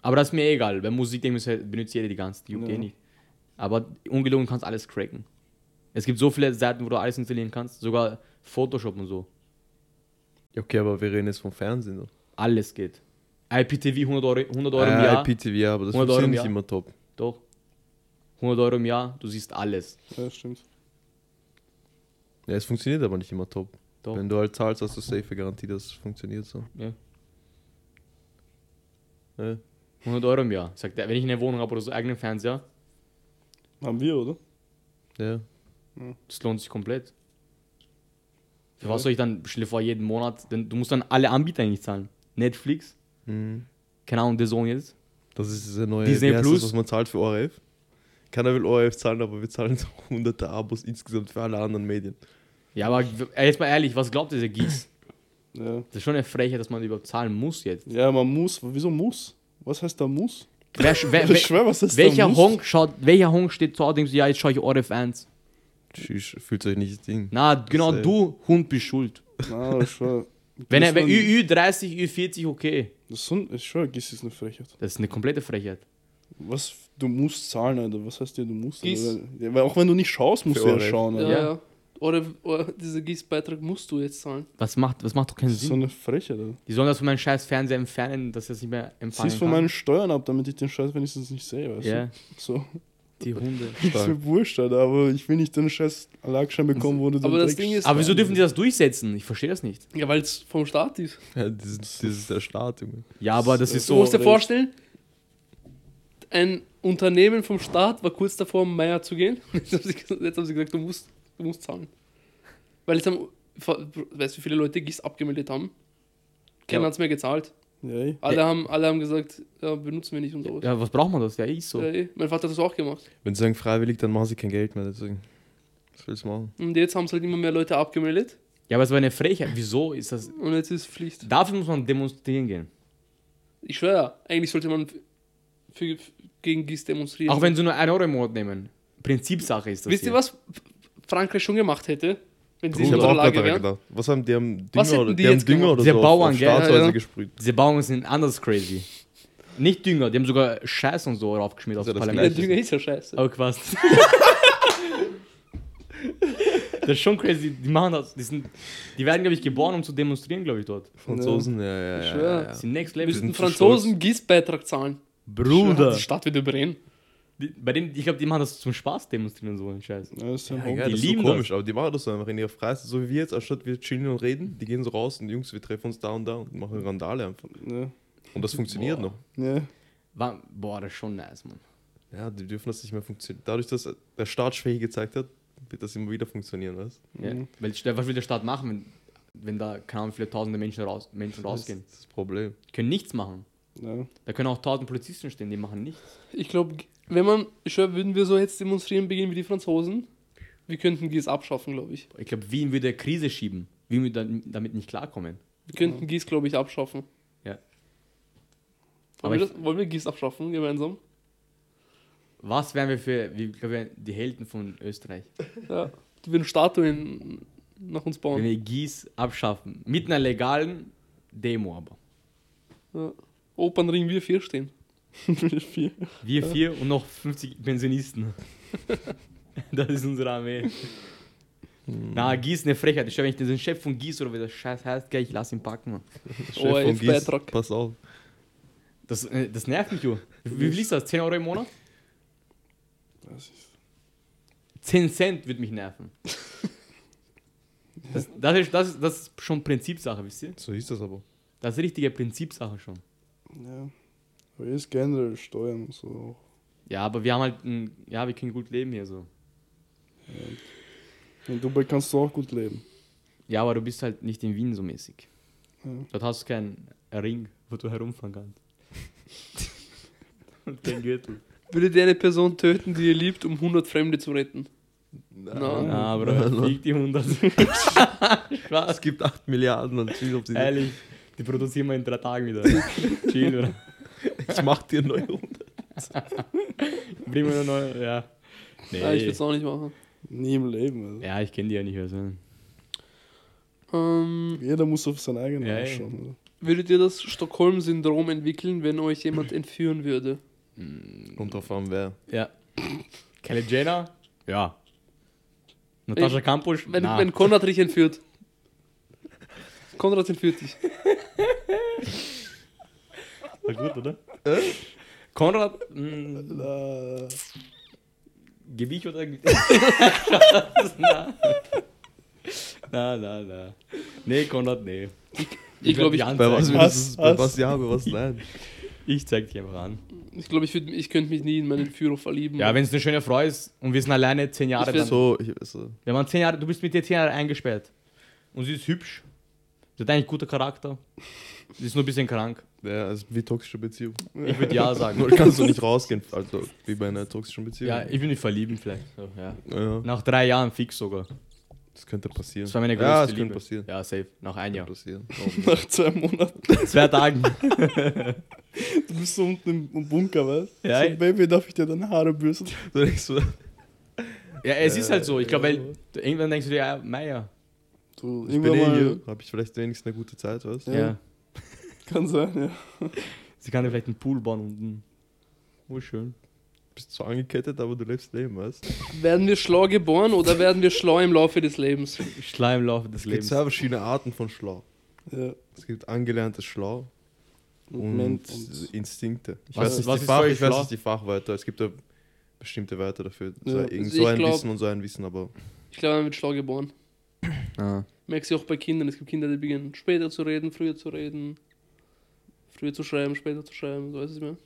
Aber das ist mir egal, bei Musik denke ich, mir, benutzt jeder die ganze, die juckt Ja. eh nicht. Aber ungelogen kannst alles cracken. Es gibt so viele Seiten, wo du alles installieren kannst, sogar Photoshop und so. Ja, okay, aber wir reden jetzt vom Fernsehen. So. Alles geht. IPTV 100 Euro, 100 Euro im Äh, Jahr. IPTV, ja, aber das 100 Euro sind im nicht Jahr. immer top. Doch. 100 Euro im Jahr, du siehst alles. Ja, stimmt. Ja, es funktioniert aber nicht immer top. Doch. Wenn du halt zahlst, hast du safe Garantie, dass es funktioniert so. Ja. Ja. 100 Euro im Jahr. Sagt er, wenn ich eine Wohnung habe oder so eigenen Fernseher, Haben wir, oder? ja. das lohnt sich komplett. Für was soll ich dann, stell dir vor, jeden Monat, denn du musst dann alle Anbieter eigentlich zahlen. Netflix, Mhm. keine Ahnung, der Sohn jetzt. Das ist diese neue Disney wie heißt Plus? Das, was man zahlt für ORF. Keiner will ORF zahlen, aber wir zahlen so hunderte Abos insgesamt für alle anderen Medien. Ja, aber äh, jetzt mal ehrlich, was glaubt ihr, Gies? Ja. Das ist schon eine Frechheit, dass man überhaupt zahlen muss jetzt. Ja, man muss. Wieso muss? Was heißt da muss? Wer, sch- wer, Ich wer, schwör, was heißt da Äh, welcher muss? Honk schaut, welcher Honk steht zu Hause und denkt so, ja, jetzt schaue ich ORF 1. Tschüss, fühlt euch nicht das Ding. Na, genau Same. du, Hund, bist schuld. Na, ich schwör. Wenn er, wenn Ü, Gießen- Ü30, Ü40, okay. Das sind, ich schwör, Gis ist eine Frechheit. Das ist eine komplette Frechheit. Was, du musst zahlen, Alter. Was heißt dir, du musst? Gieß. Alter? Ja, weil auch wenn du nicht schaust, musst Für du ja Orwell. schauen, Ja, Alter. Ja. ja. Oder, oder dieser Gießbeitrag musst du jetzt zahlen. Was macht, was macht doch keinen Das ist so Sinn. eine Frechheit, Alter. Die sollen das von meinem scheiß Fernseher entfernen, dass ich das nicht mehr empfangen Zieh's von kann. meinen Steuern ab, damit ich den Scheiß wenigstens nicht sehe, weißt Ja, du? So. die Hunde. Ist mir wurscht, Alter, aber ich will nicht den Scheiß Lagschein bekommen, wo du den Aber das Dreck- Ding ist- Aber wieso dürfen die das durchsetzen? Ich verstehe das nicht. Ja, weil es vom Staat ist. Ja, das, ist- das ist der Staat, Junge. Ja, aber das ist Du so. musst dir vorstellen, ein Unternehmen vom Staat war kurz davor, Meier zu gehen. Jetzt haben sie, gesagt- jetzt haben sie gesagt, du musst, du musst zahlen. Weil jetzt haben, weißt du, wie viele Leute Gieß abgemeldet haben? Keiner Ja. hat's mehr gezahlt. Ja, ey. Alle haben, alle haben gesagt, ja, benutzen wir nicht und sowas. Ja, was braucht man das? Ja, ist so. Ja, eh. mein Vater hat das auch gemacht. Wenn sie sagen freiwillig, dann machen sie kein Geld mehr. Deswegen. Was willst du machen? Und jetzt haben es halt immer mehr Leute abgemeldet. Ja, aber es war eine Frechheit. Wieso ist das. Und jetzt ist Pflicht. Dafür muss man demonstrieren gehen. Ich schwöre, eigentlich sollte man für, gegen Gieß demonstrieren. Auch wenn sie nur 1 Euro im Monat nehmen. Prinzipsache ist das. Wisst ihr, hier. was Frankreich schon gemacht hätte, wenn sie Ich in habe unserer auch gerade Lage wären? daran gedacht. Was haben die haben Dünger Was hätten die oder die genau? haben jetzt Dünger gemacht? oder Diese so auf- Bauern, auf gell? Staatsweise Ja. gesprüht. Diese Bauern sind anders crazy. Nicht Dünger, die haben sogar Scheiß und so draufgeschmiert auf Ist ja das das Der Parlament. Gleiche. Dünger ist ja scheiße. Oh, quasi. das ist schon crazy. Die machen das. Die, sind, die werden, glaube ich, geboren, um zu demonstrieren, glaube ich, dort. Franzosen, ja, ja, ja. schwör. ja, ja. Das sind Next Wir Level. müssten zu stolz. Franzosen Gießbeitrag zahlen. Bruder. Die Stadt wird überrennen. Die, bei denen, ich glaube, die machen das zum Spaß demonstrieren und so einen Scheiß. Ja, ist ja Ja, ja, geil, die das ist lieben so komisch, aber die machen das so einfach in ihrer Freizeit. So wie wir jetzt, anstatt wir chillen und reden, die gehen so raus und Jungs, wir treffen uns da und da und machen Randale einfach. ja. Und das funktioniert noch. ne? ja. War, boah, das ist schon nice, Mann. Ja, die dürfen das nicht mehr funktionieren. Dadurch, dass der Staat Schwäche gezeigt hat, wird das immer wieder funktionieren, weißt du? Ja. Mhm. Weil, stell- was will der Staat machen, wenn, wenn da, keine Ahnung, viele tausende Menschen, raus, Menschen rausgehen? Das ist das Problem. Die können nichts machen. ja. Da können auch tausend Polizisten stehen, die machen nichts. Ich glaube, wenn man, ich glaub, würden wir so jetzt demonstrieren beginnen wie die Franzosen, wir könnten Gieß abschaffen, glaube ich. Ich glaube, Wien würde Krise schieben. Wien würde dann- damit nicht klarkommen. Wir könnten Gieß, glaube ich, abschaffen. Ja. Aber Wollen wir, ich- das, wollen wir Gieß abschaffen gemeinsam? Was wären wir für, wir, glaub, wir wären die Helden von Österreich? Ja. Die würden Statuen nach uns Wenn bauen. wir Gieß abschaffen. Mit einer legalen Demo aber. Ja. Opernring, wir vier stehen. Vier. Wir vier und noch 50 Pensionisten. Das ist unsere Armee. Na, Gieß eine Frechheit. Ich glaube, wenn ich den Chef von Gieß oder wie das Scheiß heißt, gell, ich lass ihn packen. Mann. vom Gieß, ORF-Beitrag. Pass auf. Das, äh, das nervt mich, jo. Wie wie viel ist das? 10 Euro im Monat? Das ist 10 Cent wird mich nerven. Das, das, ist, das, ist, das ist schon Prinzipsache, wisst ihr? So ist das aber. Das ist richtige Prinzipsache schon. ja. Aber jetzt generell Steuern und so. Ja, aber wir haben halt, ein, ja, wir können gut leben hier so. In Dubai kannst du auch gut leben. Ja, aber du bist halt nicht in Wien so mäßig. Ja. Dort hast du keinen Ring, wo du herumfahren kannst. Und kein Gürtel. Würdet ihr eine Person töten, die ihr liebt, um 100 Fremde zu retten? Nein. Ah, Bro, fliegt die 100. Es Spaß, gibt 8 Milliarden und chill, ob die ehrlich. Die produzieren wir in drei Tagen wieder. Chill, oder? Ich mach dir neue Runde. Bring mir eine neue, ja. Nee. Ja, ich würde es auch nicht machen. Nie im Leben. Also. ja, ich kenne die ja nicht mehr so. Ähm, Jeder muss auf sein eigenes Ja, ja. ausschauen. Also. würdet ihr das Stockholm-Syndrom entwickeln, wenn euch jemand entführen würde? Und drauf haben wer. Ja. Kelly Jenner? Ja. Natascha Ich- Kampusch? Wenn, Na. wenn Konrad dich entführt. Konrad entführt dich. War gut, oder? Äh? Konrad, mh, La- gebe ich oder. na. na, na, na. Nee, Konrad, nee. Ich glaube, ich, werd Bei dich anzeigen. was, würdest du es- bei Hass, was ja, bei was nein. Ich zeig dich einfach an. ich, glaub, ich, würd, ich könnte mich nie in meinen Führer verlieben. Ja, wenn es eine schöne Frau ist und wir sind alleine zehn Jahre Ich dann. find- So, ich, also, so. Wenn man zehn Jahre, du bist mit dir zehn Jahre eingesperrt. Und sie ist hübsch. Sie hat eigentlich guter Charakter. Sie ist nur ein bisschen krank. Ja, also wie toxische Beziehung. Ich würde ja sagen. Nur kannst du nicht rausgehen, also wie bei einer toxischen Beziehung. Ja, ich will nicht verlieben vielleicht. So, ja. ja Nach drei Jahren fix sogar. das könnte passieren. Das war meine größte ja, das Liebe. könnte passieren. Ja, safe. Nach ein Jahr. passieren. Oh, Nach zwei Monaten. Zwei Tagen. Du bist so unten im, im Bunker, weißt du? Ja, So, ich- Baby, darf ich dir deine Haare bürsten? so denkst du, Ja, es ist halt so. Ich glaube, weil du- irgendwann denkst du dir, ja, Meier. Du, ich bin irgendwann eh mal. hier, hab ich vielleicht wenigstens eine gute Zeit, weißt du? Ja. Kann sein, ja. Sie kann dir vielleicht einen Pool bauen unten. Oh, schön. Bist zwar angekettet, aber du lebst Leben, weißt du? Werden wir schlau geboren oder werden wir schlau im Laufe des Lebens? Schleim im Laufe des Es gibt Lebens. zwei verschiedene Arten von Schlau. ja. Es gibt angelerntes Schlau und, Moment. Instinkte. Ich Was- weiß nicht, was die ist Fach, für euch ich weiß Schlau? nicht die Fachwörter. Es gibt da bestimmte Wörter dafür. So, Ja. irgend Also so ich ein glaub- Wissen und so ein Wissen, aber Ich glaube, man wird schlau geboren. Ah. Merkst du auch bei Kindern. Es gibt Kinder, die beginnen später zu reden, früher zu reden, früher zu schreiben, später zu schreiben. So weiß ich mehr.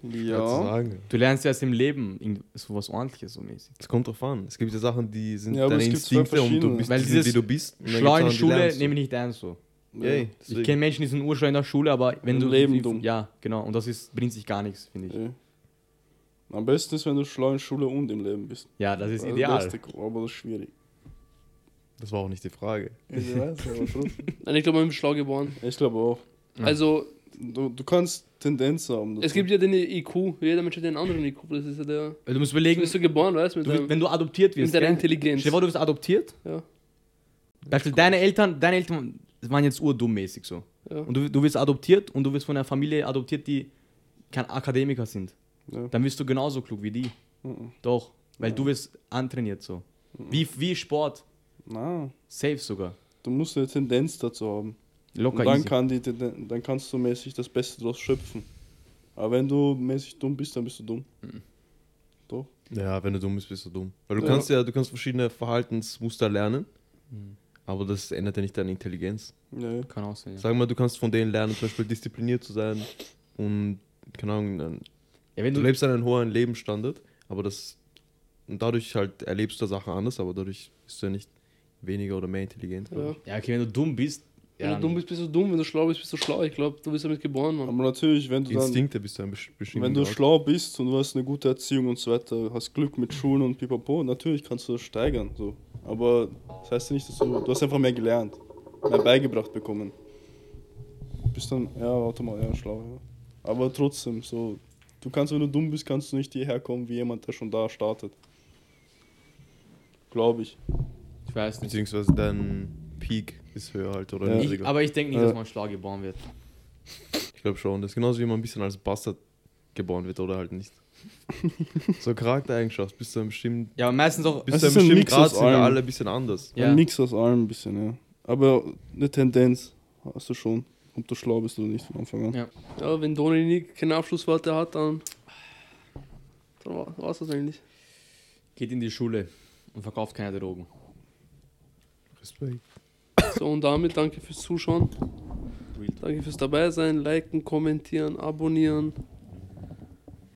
schwer zu Ja. sagen. Du lernst erst im Leben irgend- sowas ordentliches so mäßig. Es kommt drauf an. Es gibt ja Sachen, die sind Ja, aber deine es gibt zwei Instinkte und du verschiedene. bist Weil die sind, wie dieses du bist. und dann Schlau in der gibt's Sachen, die Schule lernst du. nehme ich nicht ernst so. Yay, Ich deswegen. kenne Menschen, die sind urschlau in der Schule, aber wenn Im du. Leben dumm. Ja, genau. Und das ist, bringt sich gar nichts, finde ich. Ja. Am besten ist, wenn du schlau in Schule und im Leben bist. Ja, das ist Also ideal. beste, aber das ist schwierig. Das war auch nicht die Frage. Ich weiß, aber trotzdem. Nein, ich glaube, man wird schlau geboren. Ich glaube auch. Ja. Also, Du, du kannst Tendenz haben. dazu. Es gibt ja den IQ. Jeder Mensch hat ja einen anderen IQ. Das ist ja der. Weil Also du musst Du überlegen, bist so geboren, weißt du? Mit du bist, deinem- Also wenn du adoptiert wirst. mit deiner gell? Intelligenz. Stell dir vor, du bist adoptiert. Ja. Beispiel, deine Eltern, deine Eltern waren jetzt urdummmäßig so. Ja. Und du, du wirst adoptiert und du wirst von einer Familie adoptiert, die kein Akademiker sind. Ja. Dann wirst du genauso klug wie die. Mhm. Doch. Weil du wirst antrainiert so. Wie, wie Sport. Na, Safe sogar. du musst eine Tendenz dazu haben. Locker Und dann, easy. kann die, Tenden- dann kannst du mäßig das Beste draus schöpfen. Aber wenn du mäßig dumm bist, dann bist du dumm. Doch. Ja, wenn du dumm bist, bist du dumm. Weil du Ja. kannst ja, du kannst verschiedene Verhaltensmuster lernen, Mhm. aber das ändert ja nicht deine Intelligenz. Ja, ja. Kann auch sein, ja. Sag mal, du kannst von denen lernen, zum Beispiel diszipliniert zu sein und keine Ahnung, ein- ja wenn du du, lebst einen hohen Lebensstandard, aber das und dadurch halt erlebst du Sachen anders, aber dadurch bist du ja nicht weniger oder mehr intelligent. glaub Ja. ja, okay, wenn du dumm bist. Wenn ja, du dumm bist, bist du dumm. Wenn du schlau bist, bist du schlau. Ich glaube, du bist damit geboren, Mann. Aber natürlich, wenn ich. du dann, Instinkte bist du ein besch- bestimmten wenn du Grad. schlau bist und du hast eine gute Erziehung und so weiter, hast Glück mit Schulen und pipapo, natürlich kannst du das steigern. So. Aber das heißt ja nicht, dass du, du hast einfach mehr gelernt, mehr beigebracht bekommen. Bist dann, ja, automatisch, ja, schlau, ja. Aber trotzdem, so, du kannst, wenn du dumm bist, kannst du nicht hierher kommen wie jemand, der schon da startet. Glaube ich. Ich weiß nicht. Beziehungsweise dein Peak ist höher halt oder Ja. Ich, niedriger. aber ich denke nicht, dass Äh. man schlau geboren wird. Ich glaube schon. Das ist genauso wie man ein bisschen als Bastard geboren wird oder halt nicht. so Charaktereigenschaft, bis zu einem bestimmten, Ja, aber meistens auch. bis Es zu einem ist ein bestimmten Mix Grad aus sind wir allem. alle ein bisschen anders. Ja. Ein Mix aus allem ein bisschen, ja. Aber eine Tendenz hast du schon, ob du schlau bist oder nicht von Anfang an. Ja. Ja, wenn Dominik keine Abschlussworte hat, dann. Dann war war's das eigentlich. Geht in die Schule und verkauft keine Drogen. Respekt. So, und damit danke fürs Zuschauen. Real Danke fürs Dabeisein. Liken, kommentieren, abonnieren.